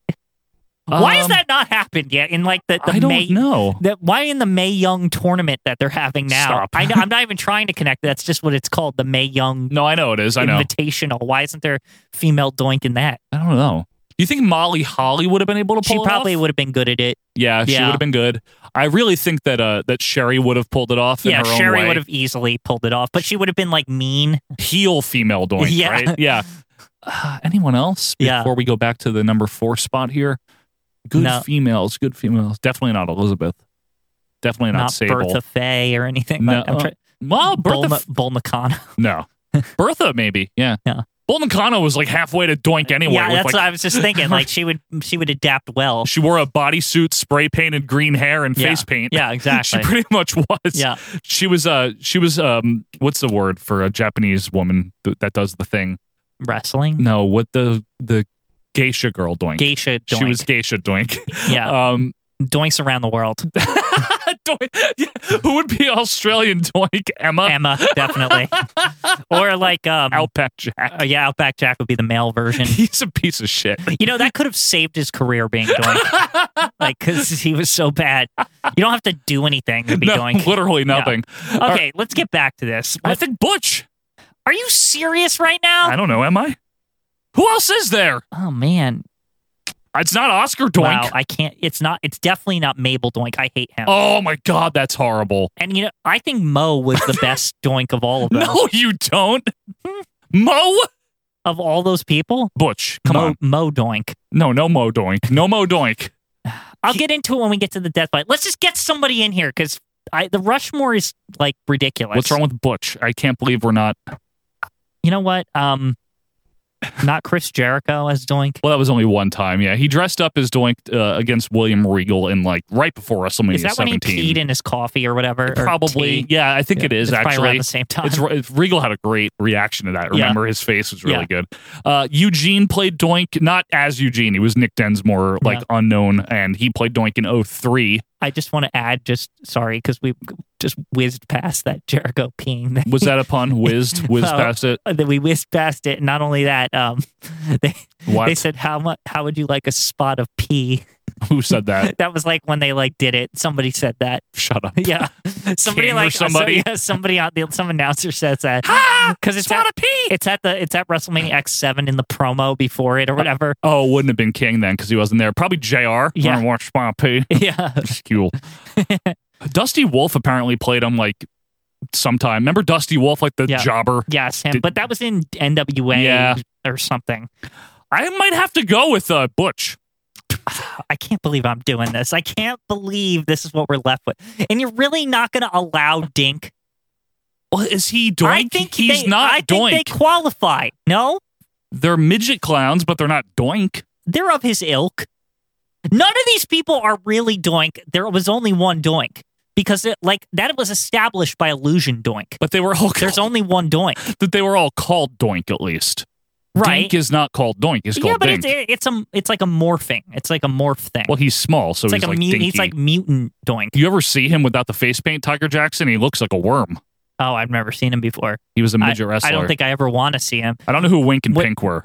B: why has
A: Um,
B: that not happened yet? In like the, the
A: I don't
B: May
A: know.
B: That why in the May Young tournament that they're having now?
A: Stop.
B: I know, I'm not even trying to connect. That's just what it's called, the May Young
A: No, I know it is. I know.
B: Invitational. Why isn't there female doink in that?
A: I don't know. Do you think Molly Holly would have been able to
B: She
A: pull it
B: probably
A: off?
B: would have been good at it.
A: Yeah, she
B: Yeah.
A: would have been good. I really think that uh that Sherry would have pulled it off.
B: yeah,
A: in her own
B: Sherry
A: way.
B: would have easily pulled it off, but she would have been like mean.
A: heel female doink.
B: Yeah.
A: right? yeah. Uh, anyone else before
B: Yeah.
A: we go back to the number four spot here? Good
B: No.
A: females, good females. Definitely not Elizabeth. Definitely not, Sable.
B: Bertha Fay or anything.
A: No,
B: like, I'm try-
A: Well, Bertha.
B: Bulma,
A: F-
B: Bulma Khan.
A: no, Bertha maybe. Yeah.
B: Yeah.
A: Bolton Cano was like halfway to doink anyway.
B: yeah,
A: with,
B: that's
A: like,
B: what I was just thinking. Like she would, she would adapt well.
A: She wore a bodysuit, spray painted green hair, and
B: Yeah.
A: face paint.
B: Yeah, exactly.
A: She pretty much was.
B: Yeah.
A: She was uh she was um what's the word for a Japanese woman th- that does the thing?
B: Wrestling,
A: No, what the the geisha girl doink.
B: geisha, doink.
A: She was geisha doink.
B: yeah,
A: Um
B: uh, doinks around the world.
A: doink. Yeah. Who would be Australian doink? Emma
B: Emma, definitely. or like, um,
A: Outback Jack.
B: uh, yeah, Outback Jack would be the male version.
A: He's a piece of shit.
B: You know, that could have saved his career being doink. like, because he was so bad. You don't have to do anything to be
A: No,
B: doink.
A: literally nothing. All right,
B: Okay, let's get back to this.
A: I think Butch.
B: Are you serious right now?
A: I don't know, am I? Who else is there?
B: Oh, man.
A: It's not Oscar Doink.
B: Wow, I can't. It's not, it's definitely not Mabel Doink. I hate him.
A: Oh my god, that's horrible.
B: And, you know, I think Mo was the best doink of all of them.
A: No, you don't. Mo
B: Of all those people,
A: Butch. Come
B: Mo,
A: on.
B: Mo Doink.
A: No, no Mo Doink. No Mo Doink.
B: I'll get into it when we get to the death fight. Let's just get somebody in here because I the Rushmore is like ridiculous.
A: What's wrong with Butch? I can't believe we're not.
B: You know what? Um, not Chris Jericho as Doink.
A: Well, that was only one time. Yeah, he dressed up as Doink uh, against William Regal in like right before WrestleMania
B: Is that when he
A: 17.
B: peed in his coffee or whatever? or
A: Probably.
B: tea?
A: Yeah, I think it is
B: It's probably around
A: actually.
B: the same time.
A: It's it's- Regal had a great reaction to that.
B: Yeah.
A: Remember, his face was really good. Uh, Eugene played Doink, not as Eugene. He was Nick Densmore, like unknown, and he played Doink in 03.
B: I just want to add, just sorry, because we just whizzed past that Jericho peeing. Thing.
A: Was that a pun? Whizzed, whizzed
B: Oh.
A: past it.
B: That we whizzed past it. Not only that, um, they
A: What?
B: they said how much how would you like a spot of pee?
A: Who said that?
B: That was like when they like did it. Somebody said that.
A: Shut up.
B: Yeah, somebody
A: King or somebody.
B: like somebody, yeah, somebody out there, some announcer says that because it's
A: Spot
B: at, it's at the it's at WrestleMania X seven in the promo before it or whatever.
A: Oh, wouldn't have been King then because he wasn't there. Probably JR.
B: Yeah.
A: Wanna Watch Spot P.
B: yeah,
A: Cool. Dusty Wolf apparently played him like sometime. Remember Dusty Wolf, like the
B: Yeah.
A: jobber?
B: yes, him.
A: Did-
B: but that was in NWA
A: Yeah.
B: or something.
A: I might have to go with uh, Butch.
B: I can't believe I'm doing this. I can't believe this is what we're left with. And you're really not going to allow Dink.
A: Well, is he Doink?
B: I think
A: he's
B: they-
A: not
B: I
A: Doink.
B: think they qualify. No,
A: They're midget clowns, but they're not Doink.
B: they're of his ilk. None of these people are really Doink. There was only one Doink because it, like that was established by Illusion Doink.
A: But they were all
B: There's
A: called,
B: only one Doink,
A: that they were all called Doink at least.
B: right?
A: Dink is not called Doink. It's called
B: yeah, but
A: Dink.
B: it's it's a it's like a morphing. It's like a morph thing.
A: well, he's small, so
B: it's
A: he's
B: like
A: like,
B: a mutant.
A: dinky.
B: He's like mutant Doink.
A: you ever see him without the face paint, Tiger Jackson? He looks like a worm.
B: Oh, I've never seen him before.
A: He was a midget wrestler.
B: I don't think I ever want to see him.
A: I don't know who Wink and
B: Wait-
A: Pink were.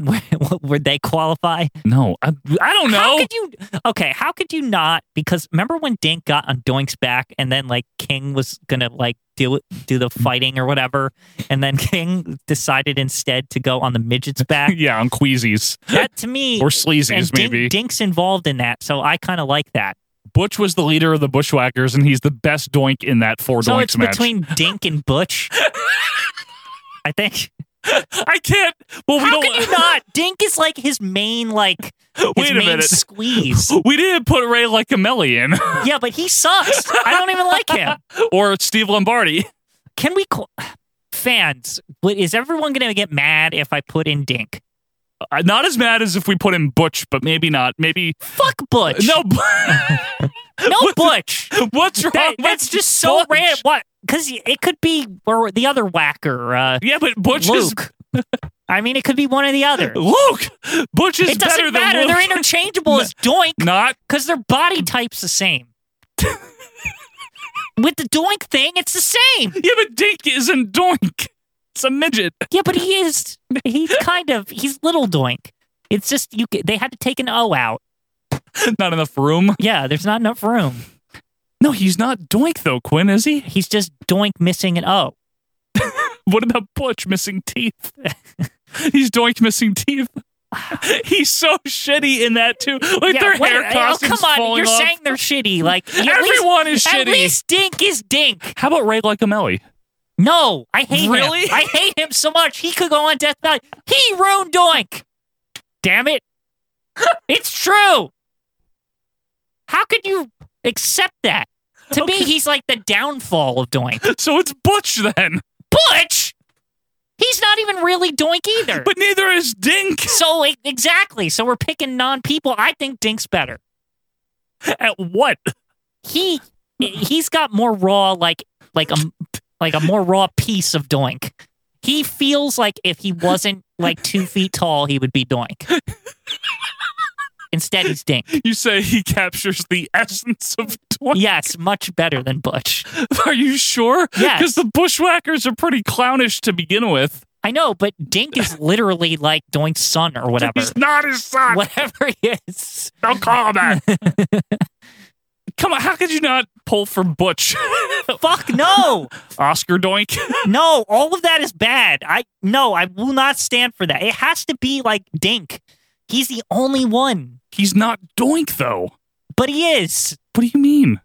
B: Would they qualify?
A: No, I, I don't
B: How
A: know.
B: could you? Okay, how could you not? Because remember when Dink got on Doink's back, and then like King was gonna like do it, do the
A: Mm-hmm.
B: fighting or whatever, and then King decided instead to go on the midget's back.
A: yeah, on Queasies
B: that to me,
A: or
B: and
A: Sleazies,
B: Dink,
A: maybe.
B: Dink's involved in that, so I kind of like that.
A: Butch was the leader of the Bushwhackers, and he's the best doink in that four
B: so
A: doinks
B: it's
A: match.
B: between Dink and Butch. I think
A: I can't. Well, we
B: How
A: don't.
B: can you not? Dink is like his main like his
A: Wait a
B: main
A: minute.
B: squeeze.
A: We didn't put Ray Likemelli in
B: yeah, but he sucks. I don't even like him.
A: or Steve Lombardi.
B: Can we call fans? What is everyone going to get mad if I put in Dink?
A: Uh, Not as mad as if we put in Butch, but maybe not. Maybe
B: Fuck Butch.
A: no.
B: no Butch.
A: What's wrong?
B: That,
A: with
B: that's just so
A: Butch?
B: random. What? Because it could be or the other whacker, uh,
A: Yeah, but Butch is
B: Luke. I mean, it could be one or the other.
A: Luke. Butch is
B: It doesn't
A: better than
B: matter.
A: Luke.
B: They're interchangeable as Doink
A: not
B: because their body type's the same. With the Doink thing, it's the same.
A: Yeah, but Dink isn't Doink. It's a midget.
B: Yeah, but he is. He's kind of. He's little Doink. It's just you. ca- They had to take an O out.
A: Not enough room.
B: Yeah, there's not enough room.
A: No, he's not Doink though, Quinn, is he?
B: He's just Doink missing an O.
A: What about Butch missing teeth? he's Doink missing teeth. he's so shitty in that too. Like
B: Yeah,
A: their
B: wait,
A: hair costumes
B: oh, come on,
A: falling
B: you're
A: off.
B: saying they're shitty. Like at least,
A: Everyone is shitty.
B: At least Dink is Dink.
A: How about Ray Likemelli?
B: No, I hate
A: Really?
B: him. I hate him so much. He could go on Death Valley. He ruined Doink. Damn it! it's true. How could you accept that? To me, he's like the downfall of Doink.
A: So it's Butch then,
B: Butch. He's not even really Doink either.
A: but neither is Dink.
B: so e- exactly. So we're picking non-people. I think Dink's better.
A: At what?
B: He he's got more raw like like a like a more raw piece of Doink. He feels like if he wasn't like two feet tall, he would be Doink. Instead, he's Dink.
A: You say he captures the essence of Doink.
B: Yes, much better than Butch.
A: Are you sure?
B: Yes.
A: Because the Bushwhackers are pretty clownish to begin with.
B: I know, but Dink is literally like Doink's son or whatever.
A: He's not his son.
B: Whatever he is.
A: Don't call him that. Come on, how could you not pull for Butch?
B: Fuck no!
A: Oscar Doink.
B: No, all of that is bad. I no, I will not stand for that. It has to be like Dink. He's the only one,
A: He's not Doink, though.
B: but he is.
A: What do you mean?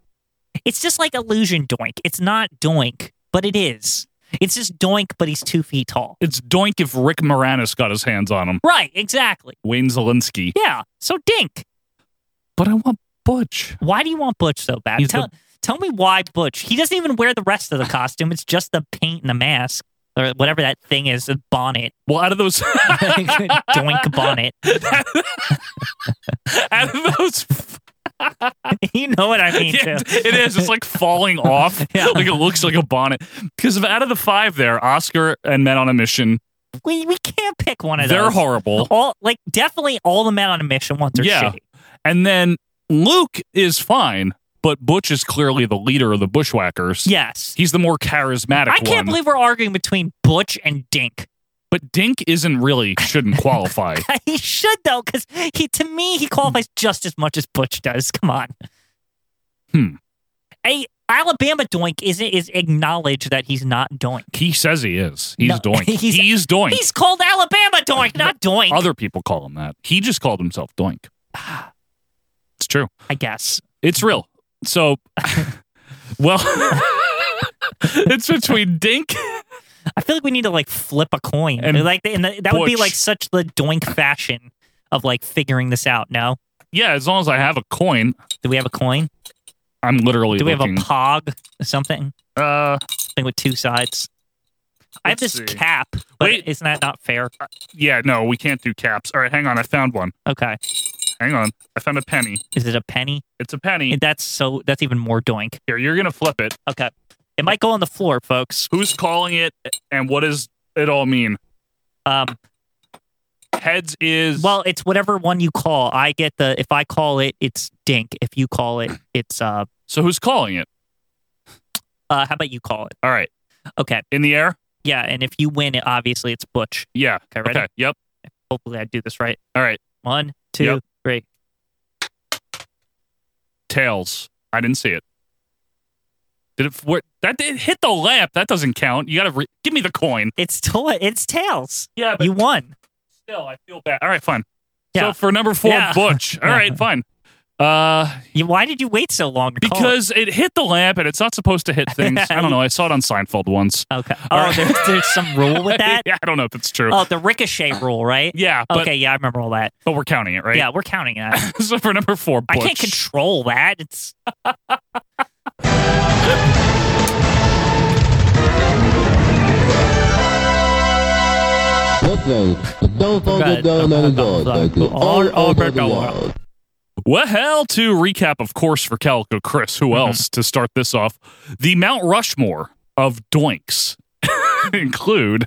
B: It's just like illusion Doink. It's not Doink, but it is. It's just Doink, but he's two feet tall.
A: It's Doink if Rick Moranis got his hands on him.
B: Right, exactly.
A: Wayne Zelinsky.
B: Yeah. So Dink,
A: But I want Butch.
B: why do you want Butch so bad?
A: He's
B: Tell, tell me why Butch. He doesn't even wear the rest of the costume. It's just the paint and the mask or whatever that thing is, the bonnet,
A: Well, out of those,
B: Doink bonnet.
A: out of those,
B: you know what I mean?
A: yeah,
B: too.
A: it is. It's like falling off.
B: Yeah.
A: Like it looks like a bonnet. Because of out of the five, there, Oscar and Men on a Mission,
B: We, we can't pick one of
A: they're
B: those.
A: horrible.
B: All like definitely all the men on a mission ones are
A: Yeah.
B: shitty.
A: And then Luke is fine, but Butch is clearly the leader of the Bushwhackers.
B: Yes.
A: He's the more charismatic
B: I
A: one.
B: can't believe we're arguing between Butch and Dink.
A: but Dink isn't really shouldn't qualify.
B: he should though, because he to me he qualifies just as much as Butch does. Come on.
A: Hmm.
B: A Alabama Doink is is acknowledged that he's not Doink.
A: he says he is. He's
B: No,
A: doing. Doink. He's,
B: he's-
A: Doink.
B: He's called Alabama Doink, not Doink.
A: Other people call him that. He just called himself Doink. It's true.
B: I guess.
A: It's real. So, well, it's between Dink.
B: I feel like we need to like flip a coin.
A: And
B: like and that that would be
A: Butch.
B: like such the Doink fashion of like figuring this out. No,
A: Yeah, as long as I have a coin,
B: do we have a coin?
A: I'm literally
B: Do we have a
A: looking.
B: pog or something?
A: uh,
B: Thing with two sides. I have this
A: Let's see.
B: cap, but
A: Wait.
B: isn't that not fair?
A: yeah, no, we can't do caps. All right, hang on. I found one.
B: Okay.
A: Hang on. I found a penny.
B: Is it a penny?
A: It's a penny.
B: That's so that's even more doink.
A: Here, you're gonna flip it.
B: Okay. It might go on the floor, folks.
A: Who's calling it, and what does it all mean?
B: Um
A: Heads is
B: well, it's whatever one you call. I get the if I call it it's dink. If you call it it's uh
A: So who's calling it?
B: uh how about you call it?
A: All right,
B: Okay.
A: in the air.
B: Yeah, and if you win it obviously it's butch.
A: Yeah.
B: Okay, ready?
A: Okay. Yep.
B: Hopefully I do this right.
A: All right.
B: One, two, three.
A: Yep. Tails. I didn't see it. Did it? Where, that did hit the lamp. That doesn't count. You gotta re- give me the coin.
B: It's toy it's tails.
A: Yeah,
B: You won.
A: still, I feel bad. All right, fine.
B: Yeah.
A: So for number four,
B: Yeah.
A: Butch. All
B: Yeah.
A: right, fine. Uh,
B: You, why did you wait so long to call it?
A: because it hit the lamp and it's not supposed to hit things. I don't know. I saw it on Seinfeld once.
B: okay. Oh,
A: Alright.
B: there's, there's some rule with that.
A: yeah, I don't know if it's true.
B: Oh, the ricochet rule, right?
A: yeah, but,
B: okay, yeah, I remember all that.
A: but we're counting it, right?
B: Yeah, we're counting that.
A: so for number four,
B: I
A: Butch.
B: can't control that. It's
C: Listen, don't forget down on the door. Thank you. All over the world.
A: Well, to recap, of course, for Calico Chris, who
B: Mm-hmm.
A: else to start this off? The Mount Rushmore of Doinks include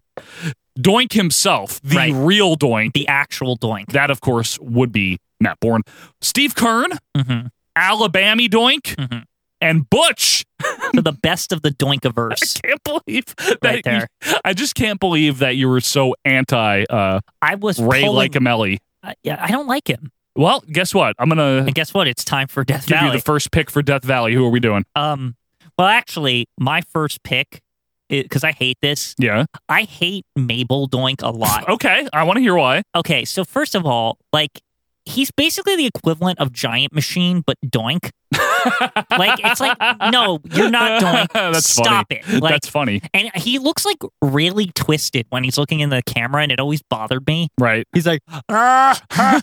A: Doink himself, the
B: Right.
A: real Doink.
B: the actual doink.
A: That, of course, would be Matt Bourne. Steve Kern,
B: Mhm.
A: Alabama Doink,
B: Mhm.
A: and Butch.
B: So the best of the doinkiverse.
A: Can't believe that
B: Right there.
A: You, I just can't believe that you were so anti uh,
B: I was
A: Ray
B: pulling,
A: Lycomelli.
B: I- yeah, I don't like him.
A: Well, guess what? I'm gonna
B: And guess what? It's time for Death
A: give you
B: Valley.
A: the first pick for Death Valley. Who are we doing?
B: um, well, actually, my first pick, because I hate this.
A: Yeah.
B: I hate Mabel Doink a lot.
A: Okay. I want to hear why.
B: Okay, so first of all, like he's basically the equivalent of Giant Machine, but Doink. Like it's like no, you're not Doink.
A: That's
B: Stop it. Like,
A: That's funny.
B: and he looks like really twisted when he's looking in the camera, and it always bothered me.
A: Right.
B: He's like, "Ah, ha, ha,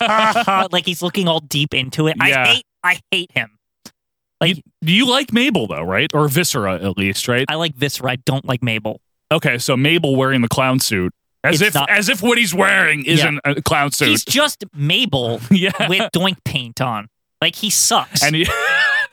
B: ha, ha," like he's looking all deep into it.
A: Yeah.
B: I hate, I hate him. Like
A: Do you like Mabel though, right? Or Viscera at least, right?
B: I like Viscera, I don't like Mabel.
A: Okay, so Mabel wearing the clown suit. As
B: It's
A: if
B: not-
A: as if what he's wearing isn't a clown suit.
B: He's just Mabel
A: yeah.
B: with Doink paint on. Like he sucks.
A: and he,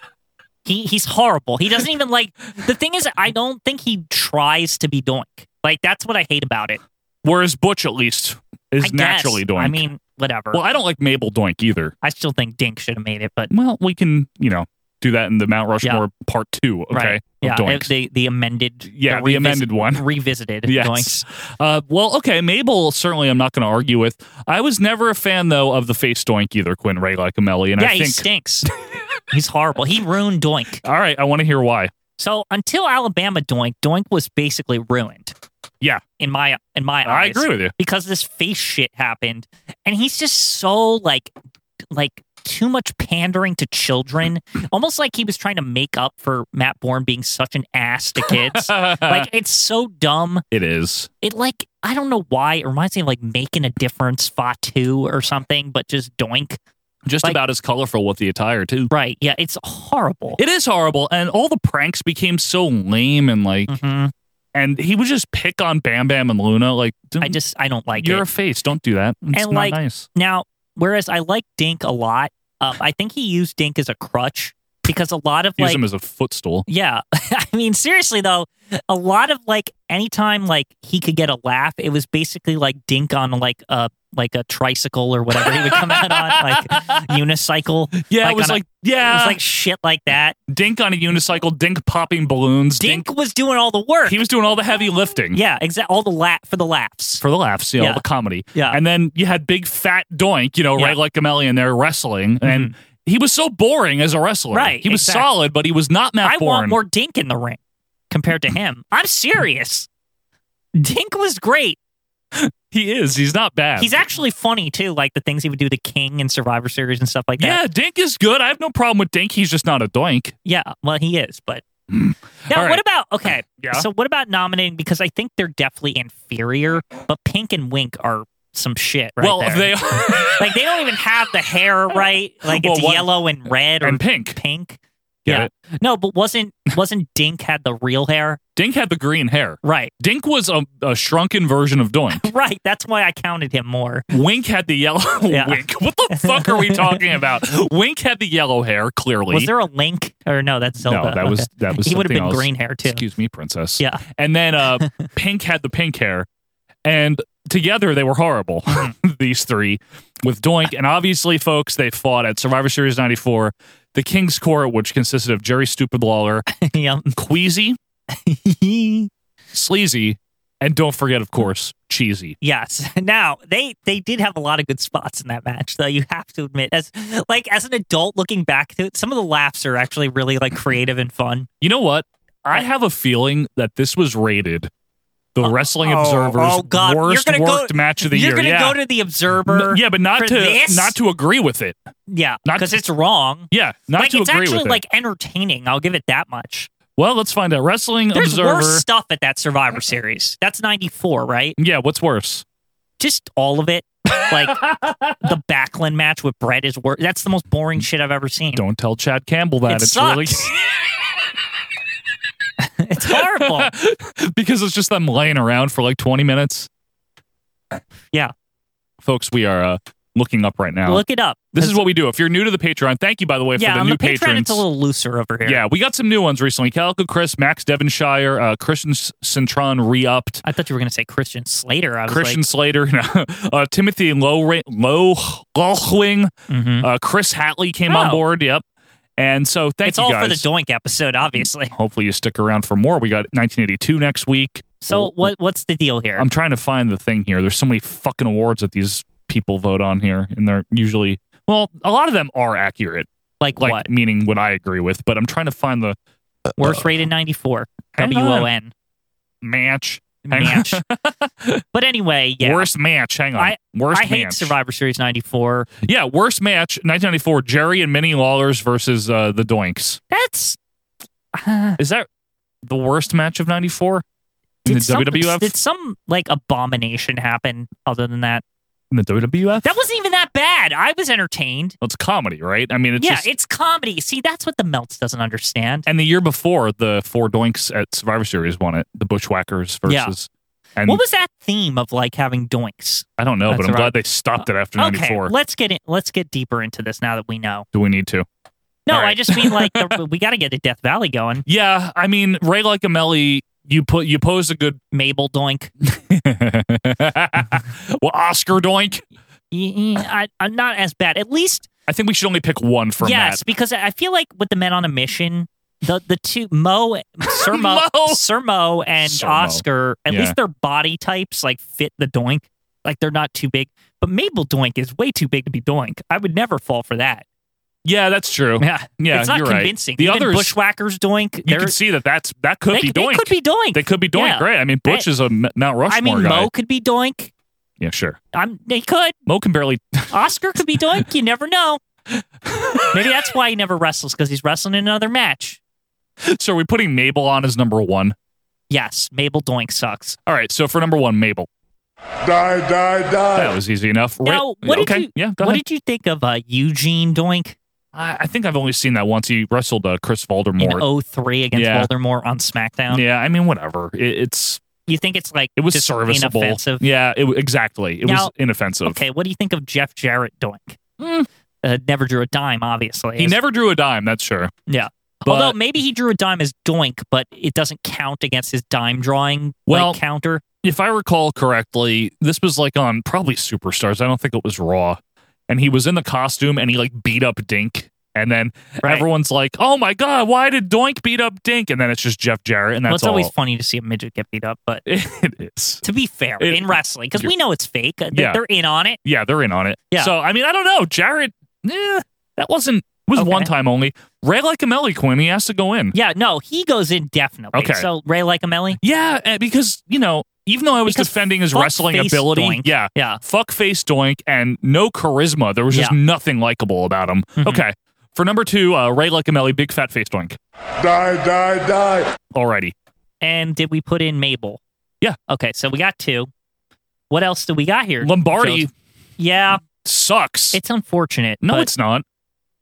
B: He he's horrible. He doesn't even like the thing is I don't think he tries to be Doink. Like that's what I hate about it.
A: whereas Butch at least is
B: I guess.
A: naturally doing.
B: I mean, whatever.
A: Well, I don't like Mabel Doink either.
B: I still think Dink should have made it, but
A: Well, we can, you know, do that in the Mount Rushmore part two, okay?
B: Right.
A: of
B: yeah,
A: Doinks.
B: the the amended
A: Yeah, the
B: revis-
A: amended one.
B: revisited
A: Yes.
B: Doinks.
A: Uh, well, okay, Mabel, certainly I'm not going to argue with. I was never a fan, though, of the face Doink either, Quinn Ray like And
B: yeah,
A: I
B: he
A: think,
B: stinks. he's horrible. He ruined Doink.
A: all right, I want to hear why.
B: So until Alabama Doink, Doink was basically ruined.
A: Yeah.
B: In my in my
A: I
B: eyes.
A: agree with you.
B: because this face shit happened and he's just so like like too much pandering to children almost like he was trying to make up for matt bourne being such an ass to kids like it's so dumb
A: it is.
B: it like i don't know why it reminds me of like making a difference fatu or something but just doink
A: Just
B: like-
A: about as colorful with the attire, too.
B: right yeah it's horrible
A: It is horrible. And all the pranks became so lame and like,
B: Mhm.
A: and he would just pick on Bam Bam and Luna. Like,
B: i just i don't like
A: you're
B: it
A: a face. Don't do that. It's
B: And,
A: not
B: like,
A: nice.
B: Now, whereas I like Dink a lot, um, I think he used Dink as a crutch because a lot of
A: Use
B: like,
A: him as a footstool.
B: yeah, I mean, seriously though, a lot of like, anytime like he could get a laugh, it was basically like Dink on like a like a tricycle or whatever he would come out on, like unicycle. It
A: Yeah,
B: Like
A: it was
B: on a-
A: like, yeah.
B: was like shit like that.
A: Dink on a unicycle, Dink popping balloons.
B: Dink, was doing all the work.
A: He was doing all the heavy lifting.
B: yeah, exactly. All the laugh for the laughs.
A: For the laughs, you know,
B: Yeah.
A: the comedy.
B: Yeah.
A: And then you had big fat doink, you know,
B: Yeah. Mm-hmm.
A: right like Gamelli in there wrestling. And he was so boring as a wrestler.
B: Right,
A: He was
B: exactly.
A: solid, but he was not Matt
B: I
A: Bourne.
B: want more Dink in the ring compared to him. I'm serious. Dink was great.
A: he is. He's not bad.
B: He's actually funny too, like the things he would do to King and Survivor Series and stuff like that.
A: Yeah, Dink is good. I have no problem with Dink. He's just not a doink.
B: Yeah, well, he is, but now
A: Hmm. All right.
B: what about okay?
A: Yeah.
B: So what about nominating? Because I think they're definitely inferior, but Pink and Wink are some shit, right?
A: well,
B: there.
A: they are.
B: like they don't even have the hair right. Like
A: Well,
B: it's
A: what-
B: yellow and red or
A: and pink.
B: pink.
A: Get
B: yeah.
A: it?
B: No, but wasn't wasn't Dink had the real hair?
A: Dink had the green hair.
B: Right.
A: Dink was a, a shrunken version of Doink.
B: Right. That's why I counted him more.
A: Wink had the yellow.
B: Yeah.
A: Wink. What the fuck are we talking about? Wink had the yellow hair. Clearly,
B: Was there a link or no? That's Zelda.
A: no, that
B: Okay.
A: was that was.
B: he would
A: something
B: have been
A: else.
B: green hair too.
A: Excuse me, princess.
B: Yeah.
A: And then uh, Pink had the pink hair, and together they were horrible.
B: Mm-hmm.
A: these three with Doink, and obviously, folks, they fought at Survivor Series '94. The King's Court, which consisted of Jerry Stupid Lawler,
B: yeah.
A: Queasy, Sleazy, and don't forget, of course, Cheesy.
B: Yes. Now they they did have a lot of good spots in that match, though. You have to admit, as like as an adult looking back to it, some of the laughs are actually really like creative and fun.
A: You know what? I have a feeling that this was rated the Wrestling
B: Oh,
A: Observer's
B: oh, God. You're
A: worst
B: gonna go-
A: worked match of the
B: You're
A: year.
B: gonna
A: Yeah.
B: go to the Observer.
A: N- yeah, but
B: for
A: not to
B: this?
A: not to agree with it.
B: yeah,
A: not-
B: because it's wrong.
A: Yeah, not
B: like
A: to
B: it's
A: agree
B: actually
A: with it.
B: like entertaining. I'll give it that much.
A: well, let's find out. Wrestling
B: There's
A: Observer.
B: worse stuff at that Survivor Series. That's '94, right?
A: Yeah, what's worse?
B: Just all of it. Like the Backlund match with Brett is worse. That's the most boring shit I've ever seen.
A: Don't tell Chad Campbell that.
B: It
A: it's
B: sucks.
A: really
B: it's horrible.
A: because it's just them laying around for like 20 minutes.
B: Yeah.
A: Folks, we are uh, looking up right now.
B: Look it up.
A: this is what we do. If you're new to the Patreon, thank you, by the way,
B: yeah,
A: for the
B: on
A: new
B: the Patreon,
A: patrons.
B: it's a little looser over here.
A: yeah, we got some new ones recently. Calico Chris, Max Devonshire, uh, Christian S- Centron re upped,
B: I thought you were gonna say Christian Slater. I was
A: Christian Slater, uh, Timothy Low Lowling,
B: like, mhm.
A: uh, Chris Hatley came on
B: Oh.
A: board. Yep. And so thank
B: it's
A: you
B: all
A: guys.
B: for the Doink episode, obviously.
A: Hopefully you stick around for more. We got 1982 next week.
B: So what what's the deal here?
A: I'm trying to find the thing here. There's so many fucking awards that these people vote on here, and they're usually well, a lot of them are accurate,
B: like,
A: like
B: what?
A: meaning what I agree with. But I'm trying to find the
B: Worst rated '94.
A: Hang
B: W O N
A: match. Hang on.
B: match. but anyway, yeah.
A: Worst match. Hang on. worst
B: I hate
A: match.
B: Survivor Series '94.
A: Yeah, worst match. 1994. Jerry and Minnie Lawler's versus uh, the Doinks.
B: That's
A: Is that the worst match of '94 in the
B: did some,
A: WWF?
B: Did some like abomination happen other than that?
A: in the WWF.
B: That wasn't even that bad. I was entertained.
A: Well, it's comedy, right? I mean, it's
B: yeah,
A: just.
B: it's comedy. See, that's what the Melts doesn't understand.
A: and the year before, the four Doinks at Survivor Series won it. The Bushwhackers
B: Yeah.
A: versus. And
B: what was that theme of like having doinks?
A: I don't know, but
B: That's
A: I'm
B: right.
A: glad they stopped it after
B: Okay,
A: 94.
B: let's get it. Let's get deeper into this now that we know.
A: Do we need to?
B: No,
A: All right.
B: I just mean like the, we got to get the Death Valley going.
A: Yeah, I mean, Ray like you put you posed a good
B: Mabel Doink.
A: well Oscar Doink.
B: Mm, I, I'm not as bad. At least
A: I think we should only pick one from
B: yes, because I feel like with the men on a mission, the the two Mo, Sir Mo,
A: Mo.
B: Sir Mo and
A: Sir Mo.
B: Oscar, at
A: Yeah.
B: least their body types like fit the Doink. Like they're not too big, but Mabel Doink is way too big to be Doink. I would never fall for that.
A: that. Yeah, that's true.
B: Yeah,
A: Yeah,
B: it's not
A: you're right.
B: convincing.
A: The
B: Even
A: others,
B: Bushwhackers Doink.
A: you
B: They're,
A: can see that that's that could
B: they,
A: be
B: they
A: Doink.
B: could be Doink.
A: They could be Doink,
B: Yeah.
A: right? I mean, Butch
B: I-
A: is a M- Mount Rushmore
B: I mean,
A: guy.
B: Mo could be Doink.
A: yeah, sure.
B: I'm. They could.
A: Mo can barely.
B: Oscar could be Doink. You never know. Maybe that's why he never wrestles because he's wrestling in another match.
A: so are we putting Mabel on as number one?
B: Yes, Mabel Doink sucks.
A: All right. So for number one, Mabel.
C: Die, die,
A: That
C: die.
A: was easy enough. Ray-
B: Now, what did
A: okay.
B: you-
A: yeah. Go
B: what
A: ahead.
B: did you think of uh, Eugene Doink
A: I, I think I've only seen that once. He wrestled uh, Chris Voldemort.
B: in 03 against
A: Yeah.
B: Voldemort on SmackDown?
A: Yeah, I mean, whatever. It, it's
B: You think it's like
A: it was
B: just
A: serviceable.
B: Inoffensive?
A: Yeah, it, exactly. It was
B: Now-
A: inoffensive.
B: Okay, what do you think of Jeff Jarrett Doink?
A: Mm.
B: Uh, never drew a dime, obviously.
A: He never drew a dime. That's sure.
B: Yeah.
A: But-
B: Although maybe he drew a dime as Doink, but it doesn't count against his dime drawing
A: Well-
B: like, counter.
A: If I recall correctly, this was like on probably Superstars. I don't think it was Raw. And he was in the costume and he like beat up Dink. And then
B: Right.
A: everyone's like, "Oh my god, why did Doink beat up Dink?" And then it's just Jeff Jarrett, and
B: Well,
A: that's
B: it's always
A: all.
B: funny to see a midget get beat up, but
A: it is.
B: to be fair,
A: It-
B: in wrestling, because we know it's fake, They-
A: Yeah.
B: they're in on it.
A: Yeah, they're in on it.
B: Yeah.
A: So I mean, I don't know. Jarrett, eh, that wasn't it was
B: Okay.
A: one time only. Ray like a Melly Quinn. He has to go in.
B: Yeah, no, he goes in definitely.
A: Okay.
B: So Ray Lycamelli?
A: Yeah, eh, because you know, even though I was
B: Because
A: defending his
B: fuck
A: wrestling
B: face
A: ability,
B: doink.
A: yeah,
B: Yeah.
A: fuck face doink and no charisma. There was just
B: Yeah.
A: nothing likable about him.
B: Mhm.
A: Okay, for number two, uh, Ray Lycamelli, big fat face doink.
C: Die, die, die.
A: Alrighty,
B: And did we put in Mabel?
A: Yeah.
B: Okay, so we got two. What else do we got here?
A: Lombardi
B: Joseph? Yeah,
A: sucks.
B: it's unfortunate.
A: no,
B: but
A: it's not.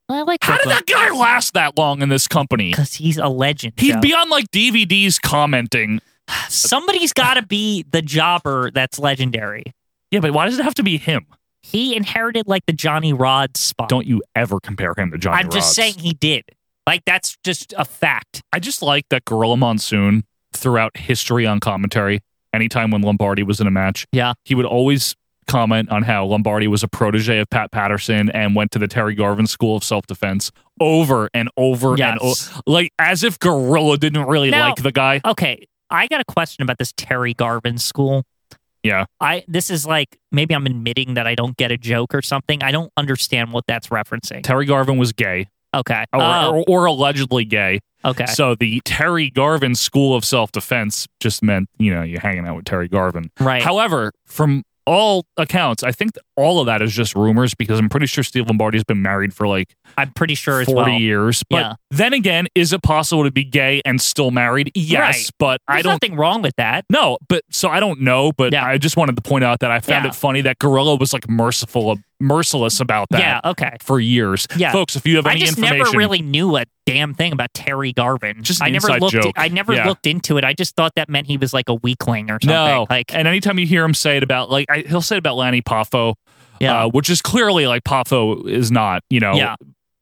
B: I like
A: How did that guy last that long in this company?
B: Because he's a legend.
A: He'd
B: Joe.
A: be on like DVDs commenting.
B: Somebody's got to be the jobber that's legendary.
A: Yeah, but why does it have to be him?
B: He inherited like the Johnny Rod spot.
A: Don't you ever compare him to Johnny
B: I'm just
A: Rods.
B: saying he did. Like that's just a fact.
A: I just like that Gorilla Monsoon throughout history on commentary. Anytime when Lombardi was in a match,
B: Yeah.
A: he would always comment on how Lombardi was a protege of Pat Patterson and went to the Terry Garvin School of Self Defense over and over and
B: Yes.
A: over, like as if Gorilla didn't really
B: Now-
A: like the guy.
B: Okay, I got a question about this Terry Garvin school.
A: Yeah,
B: I this is like maybe I'm admitting that I don't get a joke or something. I don't understand what that's referencing.
A: Terry Garvin was gay
B: Okay.
A: or,
B: Oh,
A: or, or allegedly gay,
B: Okay.
A: So the Terry Garvin School of Self Defense just meant, you know, you're hanging out with Terry Garvin.
B: right.
A: However, from all accounts, I think all of that is just rumors because I'm pretty sure Steve Lombardi's been married for like
B: I'm pretty sure as
A: 40
B: well.
A: years. But
B: Yeah.
A: then again, is it possible to be gay and still married? Yes,
B: Right.
A: but I
B: There's
A: don't
B: nothing wrong with that.
A: no, but so I don't know, but
B: Yeah.
A: I just wanted to point out that I found
B: Yeah.
A: it funny that Gorilla was like merciful, uh, merciless about that
B: Yeah. Okay.
A: for years.
B: Yeah.
A: folks, if you have
B: I
A: any
B: just
A: information,
B: never really knew a damn thing about Terry Garvin.
A: Just an
B: I never
A: inside
B: looked.
A: joke.
B: I never
A: Yeah.
B: looked into it. I just thought that meant he was like a weakling or something.
A: no,
B: Like
A: and anytime you hear him say it about like I, he'll say it about Lanny Poffo,
B: yeah.
A: uh, which is clearly like Poffo is not, you know,
B: Yeah.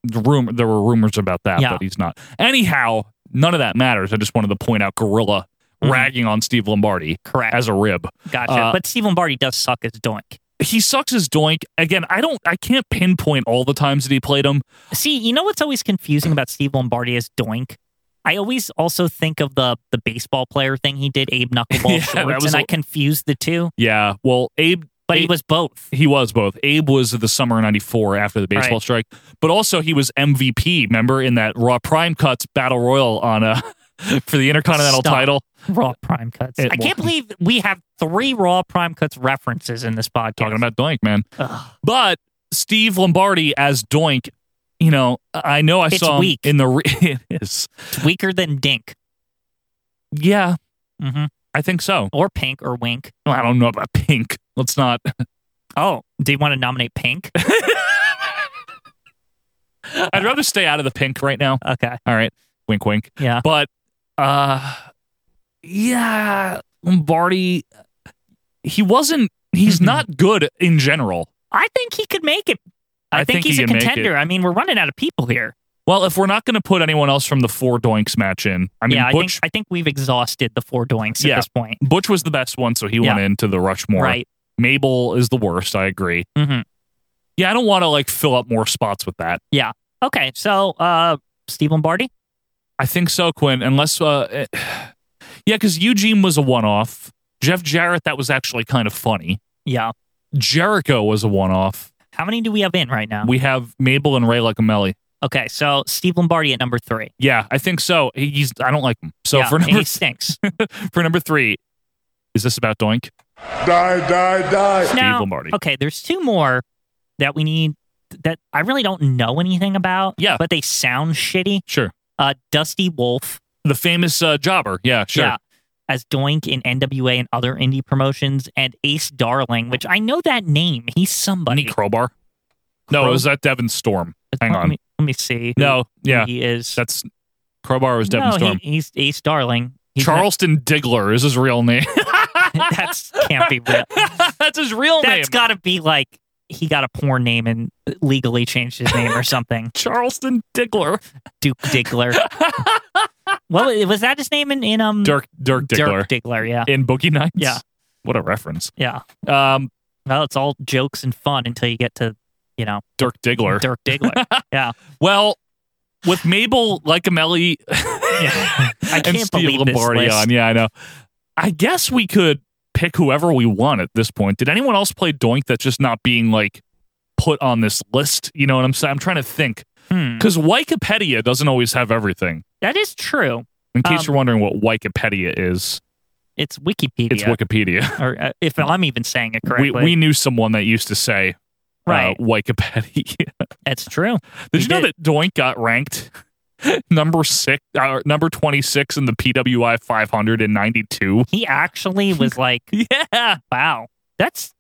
A: the rumor there were rumors about that,
B: Yeah.
A: but he's not. Anyhow, none of that matters. I just wanted to point out Gorilla
B: Mhm.
A: ragging on Steve Lombardi
B: correct.
A: as a rib.
B: gotcha.
A: uh,
B: but Steve Lombardi does suck as Doink.
A: He sucks his doink. Again, I don't I can't pinpoint all the times that he played him.
B: See, you know what's always confusing about Steve Lombardi as Doink? I always also think of the the baseball player thing he did, Abe Knuckleball
A: Yeah, that
B: Schwartz,
A: was
B: and I
A: a-
B: confused the two.
A: Yeah. Well, Abe
B: But he
A: Abe-
B: was both.
A: he was both. Abe was the summer of 94 after the baseball
B: Right.
A: strike, but also he was MVP, remember, in that Raw Prime Cuts Battle Royal on uh for the Intercontinental
B: Stop.
A: title.
B: Raw prime cuts.
A: It
B: I can't
A: wa-
B: believe we have three Raw prime cuts references in this podcast.
A: Talking about Doink, man.
B: Ugh.
A: But Steve Lombardi as Doink, you know, I know I
B: It's
A: saw him
B: weak.
A: in the re- it is.
B: It's weaker than Dink
A: Yeah,
B: hmm
A: I think so.
B: or Pink or Wink.
A: Well, I don't know about Pink. Let's not.
B: Oh, do you want to nominate Pink?
A: I'd rather stay out of the pink right now.
B: Okay,
A: All right. Wink wink.
B: yeah.
A: But uh yeah, Lombardi he wasn't he's
B: Mhm.
A: not good in general.
B: I think he could make it. I,
A: I
B: think,
A: think
B: he's
A: he
B: a
A: can make it.
B: contender. I mean, we're running out of people here.
A: Well, if we're not going to put anyone else from the four doinks match in, I mean
B: yeah, I
A: Butch
B: think I think we've exhausted the four doinks
A: Yeah.
B: at this point.
A: Butch was the best one, so he went into the Rushmore.
B: Right.
A: Mabel is the worst. I agree.
B: hmm
A: Yeah, I don't want to like fill up more spots with that.
B: Okay, so uh, Steve Lombardi.
A: I think so, Quinn. Unless, uh, eh, yeah, because Eugene was a one-off. Jeff Jarrett, that was actually kind of funny.
B: Yeah.
A: Jericho was a one-off.
B: How many do we have in right now?
A: We have Mabel and Ray Lacamelli.
B: okay, so Steve Lombardi at number three.
A: Yeah, I think so. He- He's I don't like him. So
B: yeah,
A: for
B: and
A: number
B: he stinks.
A: for number three, is this about Doink?
C: Die, die, die.
A: Steve
B: now,
A: Lombardi.
B: okay, there's two more that we need that I really don't know anything about.
A: Yeah.
B: but they sound shitty.
A: Sure.
B: Uh, Dusty Wolf.
A: The famous uh, jobber. Yeah, sure.
B: Yeah. As Doink in NWA and other indie promotions, and Ace Darling, which I know that name. He's somebody.
A: Bunny Crowbar. No, it was that Devin Storm. hang
B: let
A: on.
B: Me, let me see. who-
A: No,
B: who
A: yeah,
B: he is.
A: that's Crowbar was Devin
B: no,
A: Storm.
B: He, he's Ace Darling. He's
A: Charleston Digler is his real name.
B: Not, that's can't be real.
A: That's his real name.
B: That's got to be like he got a porn name and legally changed his name or something.
A: Charleston Digler.
B: Duke Diggler. Well, was that his name in, in um
A: Dirk Dirk Diggler
B: Dirk Diggler? Yeah,
A: in Boogie Nights.
B: Yeah.
A: What a reference.
B: yeah.
A: Um,
B: Well, it's all jokes and fun until you get to you know
A: Dirk Diggler.
B: Dirk Diggler. yeah,
A: Well, with Mabel like Melly
B: yeah. I
A: and
B: can't
A: Steve
B: believe this
A: Lombardi
B: list.
A: on. Yeah, I know. I guess we could pick whoever we want at this point. Did anyone else play Doink that's just not being like put on this list? You know what I'm saying? I'm trying to think.
B: Hmm.
A: Because Wikipedia doesn't always have everything.
B: That is true.
A: In case
B: Um,
A: you're wondering what Wikipedia is,
B: It's Wikipedia.
A: it's Wikipedia.
B: or uh, if I'm even saying it
A: We,
B: correctly.
A: we knew someone that used to say uh,
B: right.
A: Wikipedia. did
B: That's true. We
A: you know
B: did.
A: that Doink got ranked number six, uh, number 26 in the PWI 500 in 92?
B: He actually was like,
A: Yeah.
B: wow, that's,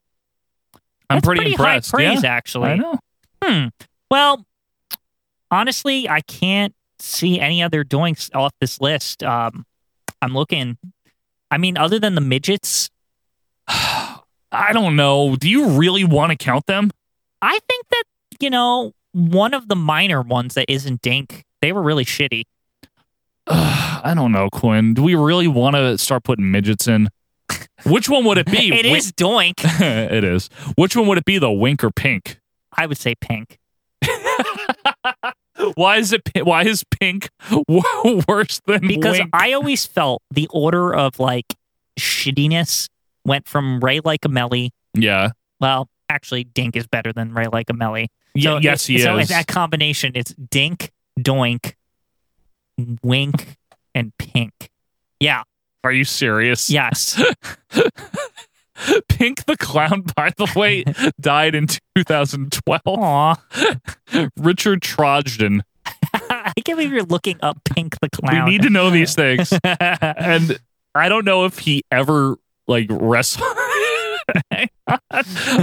A: I'm
B: that's
A: pretty, impressed.
B: High praise,
A: yeah.
B: actually.
A: I know.
B: Hmm. Well, honestly, I can't see any other doinks off this list. Um, I'm looking. I mean, other than the midgets,
A: I don't know. Do you really want to count them?
B: I think that you know one of the minor ones that isn't Dink. They were really shitty.
A: Ugh, I don't know, Quinn. Do we really want to start putting midgets in? Which one would it be?
B: It is
A: Wi-
B: doink.
A: it is. Which one would it be, though? Wink or pink?
B: I would say pink.
A: Why is it? pi- Why is pink w- worse than
B: because
A: wink?
B: I always felt the order of like shittiness went from Ray like a Melly.
A: yeah.
B: Well, actually, Dink is better than Ray like a Melly.
A: Y- yes, he
B: so in
A: is.
B: that combination, it's Dink, Doink, Wink and Pink. Yeah.
A: Are you serious?
B: Yes.
A: Pink the Clown, by the way, died in 2012.
B: Aw.
A: Richard Trogdon.
B: I can't believe you're looking up Pink the
A: We
B: Clown.
A: need to know these things. and I don't know if he ever like wrestled. Hang on.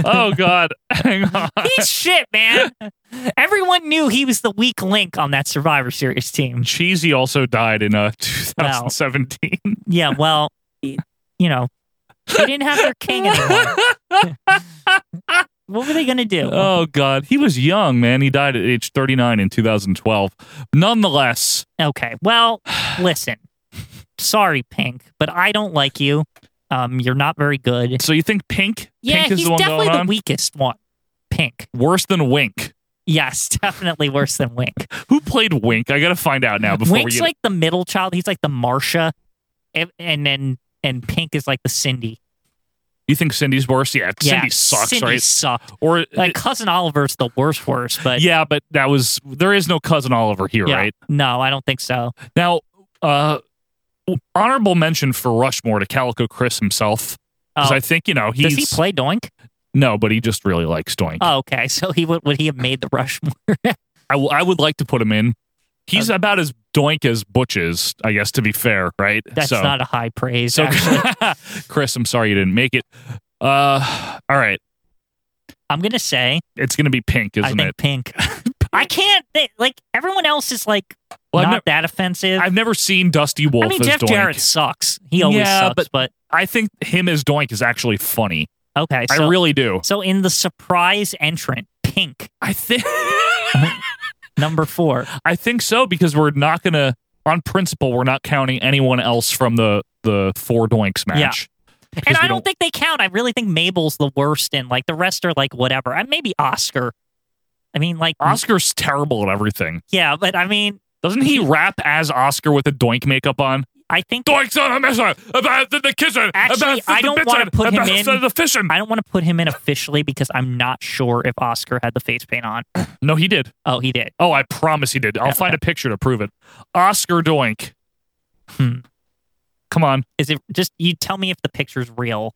A: Oh God! Hang on.
B: He's shit, man. Everyone knew he was the weak link on that Survivor Series team.
A: Cheesy also died in uh 2017.
B: Yeah, well, y- you know, they didn't have their king anymore. What were they going to do?
A: oh God! He was young, man. He died at age 39 in 2012. Nonetheless,
B: Okay. Well, listen. Sorry, Pink, but I don't like you. Um, you're not very good.
A: so you think Pink?
B: Yeah,
A: Pink is
B: he's
A: the one
B: definitely
A: going
B: the
A: on.
B: weakest one. Pink.
A: Worse than Wink.
B: Yes, definitely worse than Wink.
A: Who played Wink? I gotta find out now before we
B: Wink's
A: get
B: like the middle child. He's like the Marsha, and and then and Pink is like the Cindy.
A: You think Cindy's worse? Yeah,
B: Yeah,
A: Cindy sucks,
B: Cindy
A: right?
B: Sucked.
A: Or uh,
B: Like cousin Oliver's the worst, worst. But
A: yeah, but that was there is no cousin Oliver here,
B: yeah,
A: right?
B: No, I don't think so.
A: Now, uh honorable mention for Rushmore to Calico Chris himself. Because
B: Oh.
A: I think, you know, he's
B: Does he play Doink?
A: no, but he just really likes Doink.
B: Oh, okay. So he would would he have made the Rushmore?
A: I, w- I would like to put him in. He's about as Doink as Butch is, I guess, to be fair, right?
B: That's
A: so,
B: not a high praise.
A: so
B: actually.
A: Chris, I'm sorry you didn't make it. Uh, all right.
B: I'm gonna say
A: It's going to be pink, isn't
B: I think
A: it?
B: Pink. I can't they, like everyone else is like
A: Well, I've
B: not
A: never-
B: that offensive.
A: I've never seen Dusty Wolf
B: I mean,
A: as
B: Jeff
A: Doink.
B: Jarrett sucks. He always
A: Yeah,
B: sucks. But,
A: I think him as Doink is actually funny.
B: okay, so
A: I really do.
B: so in the surprise entrant, Pink
A: I think
B: number four.
A: I think so because we're not going to on principle we're not counting anyone else from the the four Doinks match.
B: and
A: Because
B: I
A: we
B: don't, think they count. I really think Mabel's the worst, and like the rest are like whatever. And maybe Oscar. I mean, like
A: Oscar's terrible at everything.
B: yeah, but I mean,
A: Doesn't he rap as Oscar with a Doink makeup on?
B: I think
A: Doinks on a mission about the, the kitchen.
B: Actually,
A: about the,
B: I don't
A: bitchin',
B: wanna put him
A: about
B: in.
A: The, the fishing.
B: I don't want to put him in officially because I'm not sure if Oscar had the face paint on.
A: no, he did.
B: Oh, he did.
A: Oh, I promise he did. I'll
B: Yeah,
A: find a picture to prove it. Oscar Doink.
B: Hmm.
A: Come on,
B: Is it just you? Tell me if the picture's real.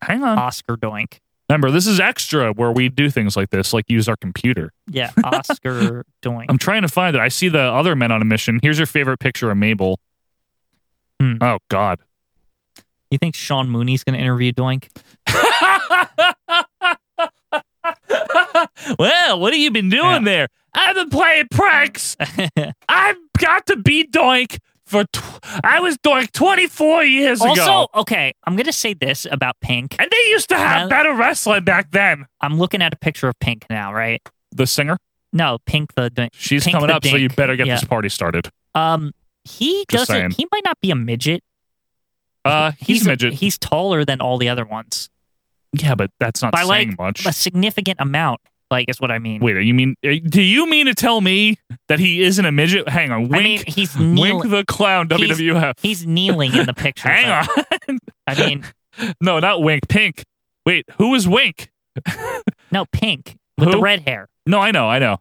A: hang on.
B: Oscar Doink.
A: Remember, this is extra where we do things like this, like use our computer.
B: Yeah, Oscar Doink.
A: I'm trying to find it. I see the other men on a mission. Here's your favorite picture of Mabel.
B: Hmm.
A: Oh God.
B: You think Sean Mooney's going to interview Doink?
A: well, what have you been doing
B: Yeah.
A: there? I've been playing pranks. I've got to be Doink for. Tw- I was Doink 24 years
B: also, okay, I'm going to say this about Pink.
A: and they used to
B: Now-
A: better wrestling back then.
B: I'm looking at a picture of Pink now, right?
A: The singer,
B: No, Pink the Doink.
A: she's
B: Pink
A: coming
B: the
A: up, so you
B: Dink.
A: better get
B: Yeah.
A: this party started.
B: Um, he
A: Just
B: doesn't.
A: saying.
B: He might not be a midget.
A: Uh, he's, a midget.
B: He's taller than all the other ones,
A: yeah, but that's not
B: By, like,
A: saying much.
B: a significant amount. Like is what I mean.
A: Wait, you mean? uh, Do you mean to tell me that he isn't a midget? Hang on,
B: I mean,
A: wink,
B: he's
A: wink
B: kneeling.
A: the clown,
B: He's-
A: WWF.
B: he's kneeling in the picture.
A: Hang
B: but-
A: on,
B: I mean,
A: no, not wink, pink. Wait, who is wink?
B: no, Pink with the
A: Who?
B: red hair.
A: No, I know, I know.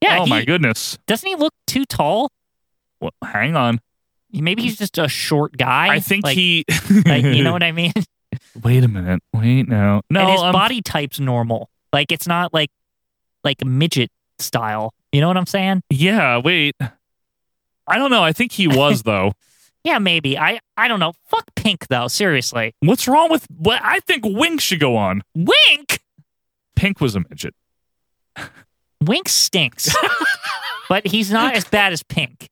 B: Yeah.
A: oh
B: he,
A: my goodness.
B: Doesn't he look too tall?
A: Well, hang on.
B: Maybe he's just a short guy.
A: I, think
B: like-
A: he.
B: like, you know what I mean?
A: Wait a minute. Wait, no, no.
B: and his
A: um,
B: body type's normal. Like it's not like like midget style. You know what I'm saying?
A: yeah, wait. I don't know. I think he was though.
B: Yeah, maybe. I I don't know. Fuck Pink though. Seriously,
A: What's wrong with? What I think Wink should go on.
B: Wink.
A: Pink was a midget.
B: Wink stinks, but he's not as bad as Pink.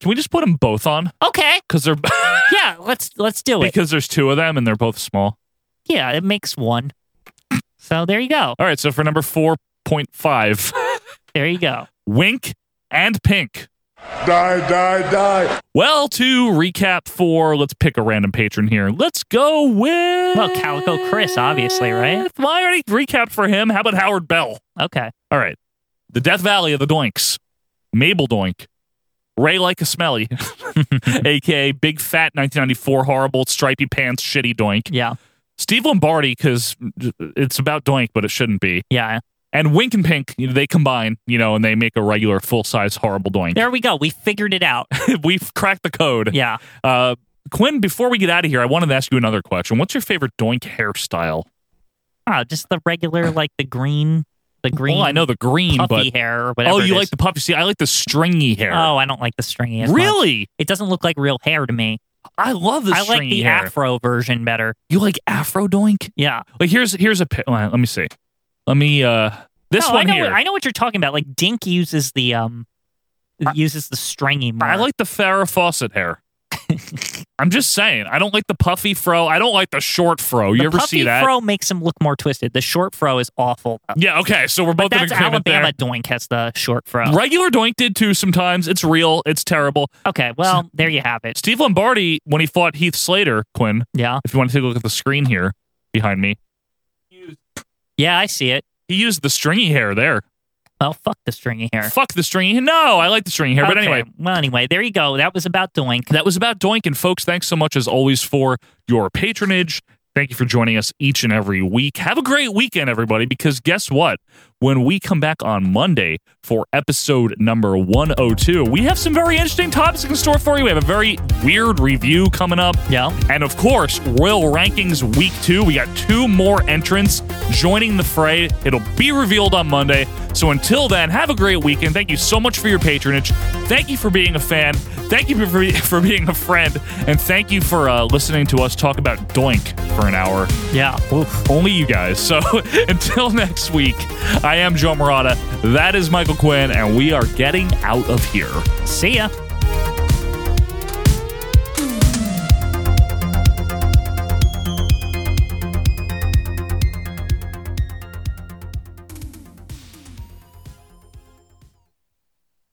A: Can we just put them both on?
B: Okay.
A: Because they're
B: Yeah. Let's let's do it.
A: because there's two of them and they're both small.
B: Yeah, it makes one. So there you go.
A: All right, so for number 4.5,
B: There you go.
A: Wink and Pink.
C: Die, die, die.
A: Well, to recap for, let's pick a random patron here. Let's go with.
B: Well, Calico Chris, obviously, right?
A: Well, I already recapped for him. How about Howard Bell?
B: Okay.
A: All right. The Death Valley of the Doinks, Mabel Doink, Ray Like a Smelly, aka Big Fat 1994 Horrible Stripy Pants Shitty Doink,
B: Yeah.
A: Steve Lombardi, because it's about Doink, but it shouldn't be.
B: Yeah.
A: And Wink and Pink, you know, they combine, you know, and they make a regular full size horrible doink.
B: There we go. We figured it out.
A: We've cracked the code.
B: Yeah.
A: Uh, Quinn, before we get out of here, I wanted to ask you another question. What's your favorite doink hairstyle?
B: Oh, just the regular, like the green, the green.
A: Well, Oh, I know the green,
B: puffy
A: but
B: hair or whatever.
A: oh,
B: it
A: you
B: is.
A: like the puffy. See, I like the stringy hair.
B: Oh, I don't like the stringy. as much.
A: really?
B: It doesn't look like real hair to me.
A: I love the
B: I like
A: stringy
B: the
A: hair.
B: afro version better.
A: you like afro doink?
B: Yeah.
A: Like here's here's a pi- well, let me see. Let me uh this
B: No,
A: one
B: Oh, I know,
A: here.
B: I know what you're talking about. Like Dink uses the um uses the stringy more.
A: I like the Farrah Fawcett hair. I'm just saying. I don't like the puffy fro. I don't like the short fro. You
B: the
A: ever
B: puffy
A: see that? Oh,
B: fro makes him look more twisted. The short fro is awful. though.
A: Yeah. Okay. So we're both
B: But
A: in
B: that's
A: agreement
B: Alabama doink has the short fro.
A: there. Regular doink did too. Sometimes it's real. It's terrible.
B: Okay, well there you have it.
A: Steve Lombardi when he fought Heath Slater, Quinn.
B: Yeah,
A: If you want to take a look at the screen here behind me,
B: yeah, I see it.
A: he used the stringy hair there.
B: Well, fuck the stringy hair.
A: Fuck the stringy. hair. No, I like the stringy hair. But
B: Okay,
A: anyway,
B: well anyway, there you go. That was about doink.
A: that was about Doink. And folks, thanks so much as always for your patronage. Thank you for joining us each and every week. Have a great weekend, everybody, because guess what? When we come back on Monday for episode number 102, we have some very interesting topics in store for you. We have a very weird review coming up.
B: Yeah.
A: And of course, Royal Rankings Week 2. We got two more entrants joining the fray. It'll be revealed on Monday. So until then, have a great weekend. Thank you so much for your patronage. Thank you for being a fan. Thank you for, for being a friend. And thank you for uh, listening to us talk about Doink for an hour.
B: Yeah.
A: Only you guys. So until next week, I am Joe Morata. That is Michael Quinn. And we are getting out of here.
B: See ya.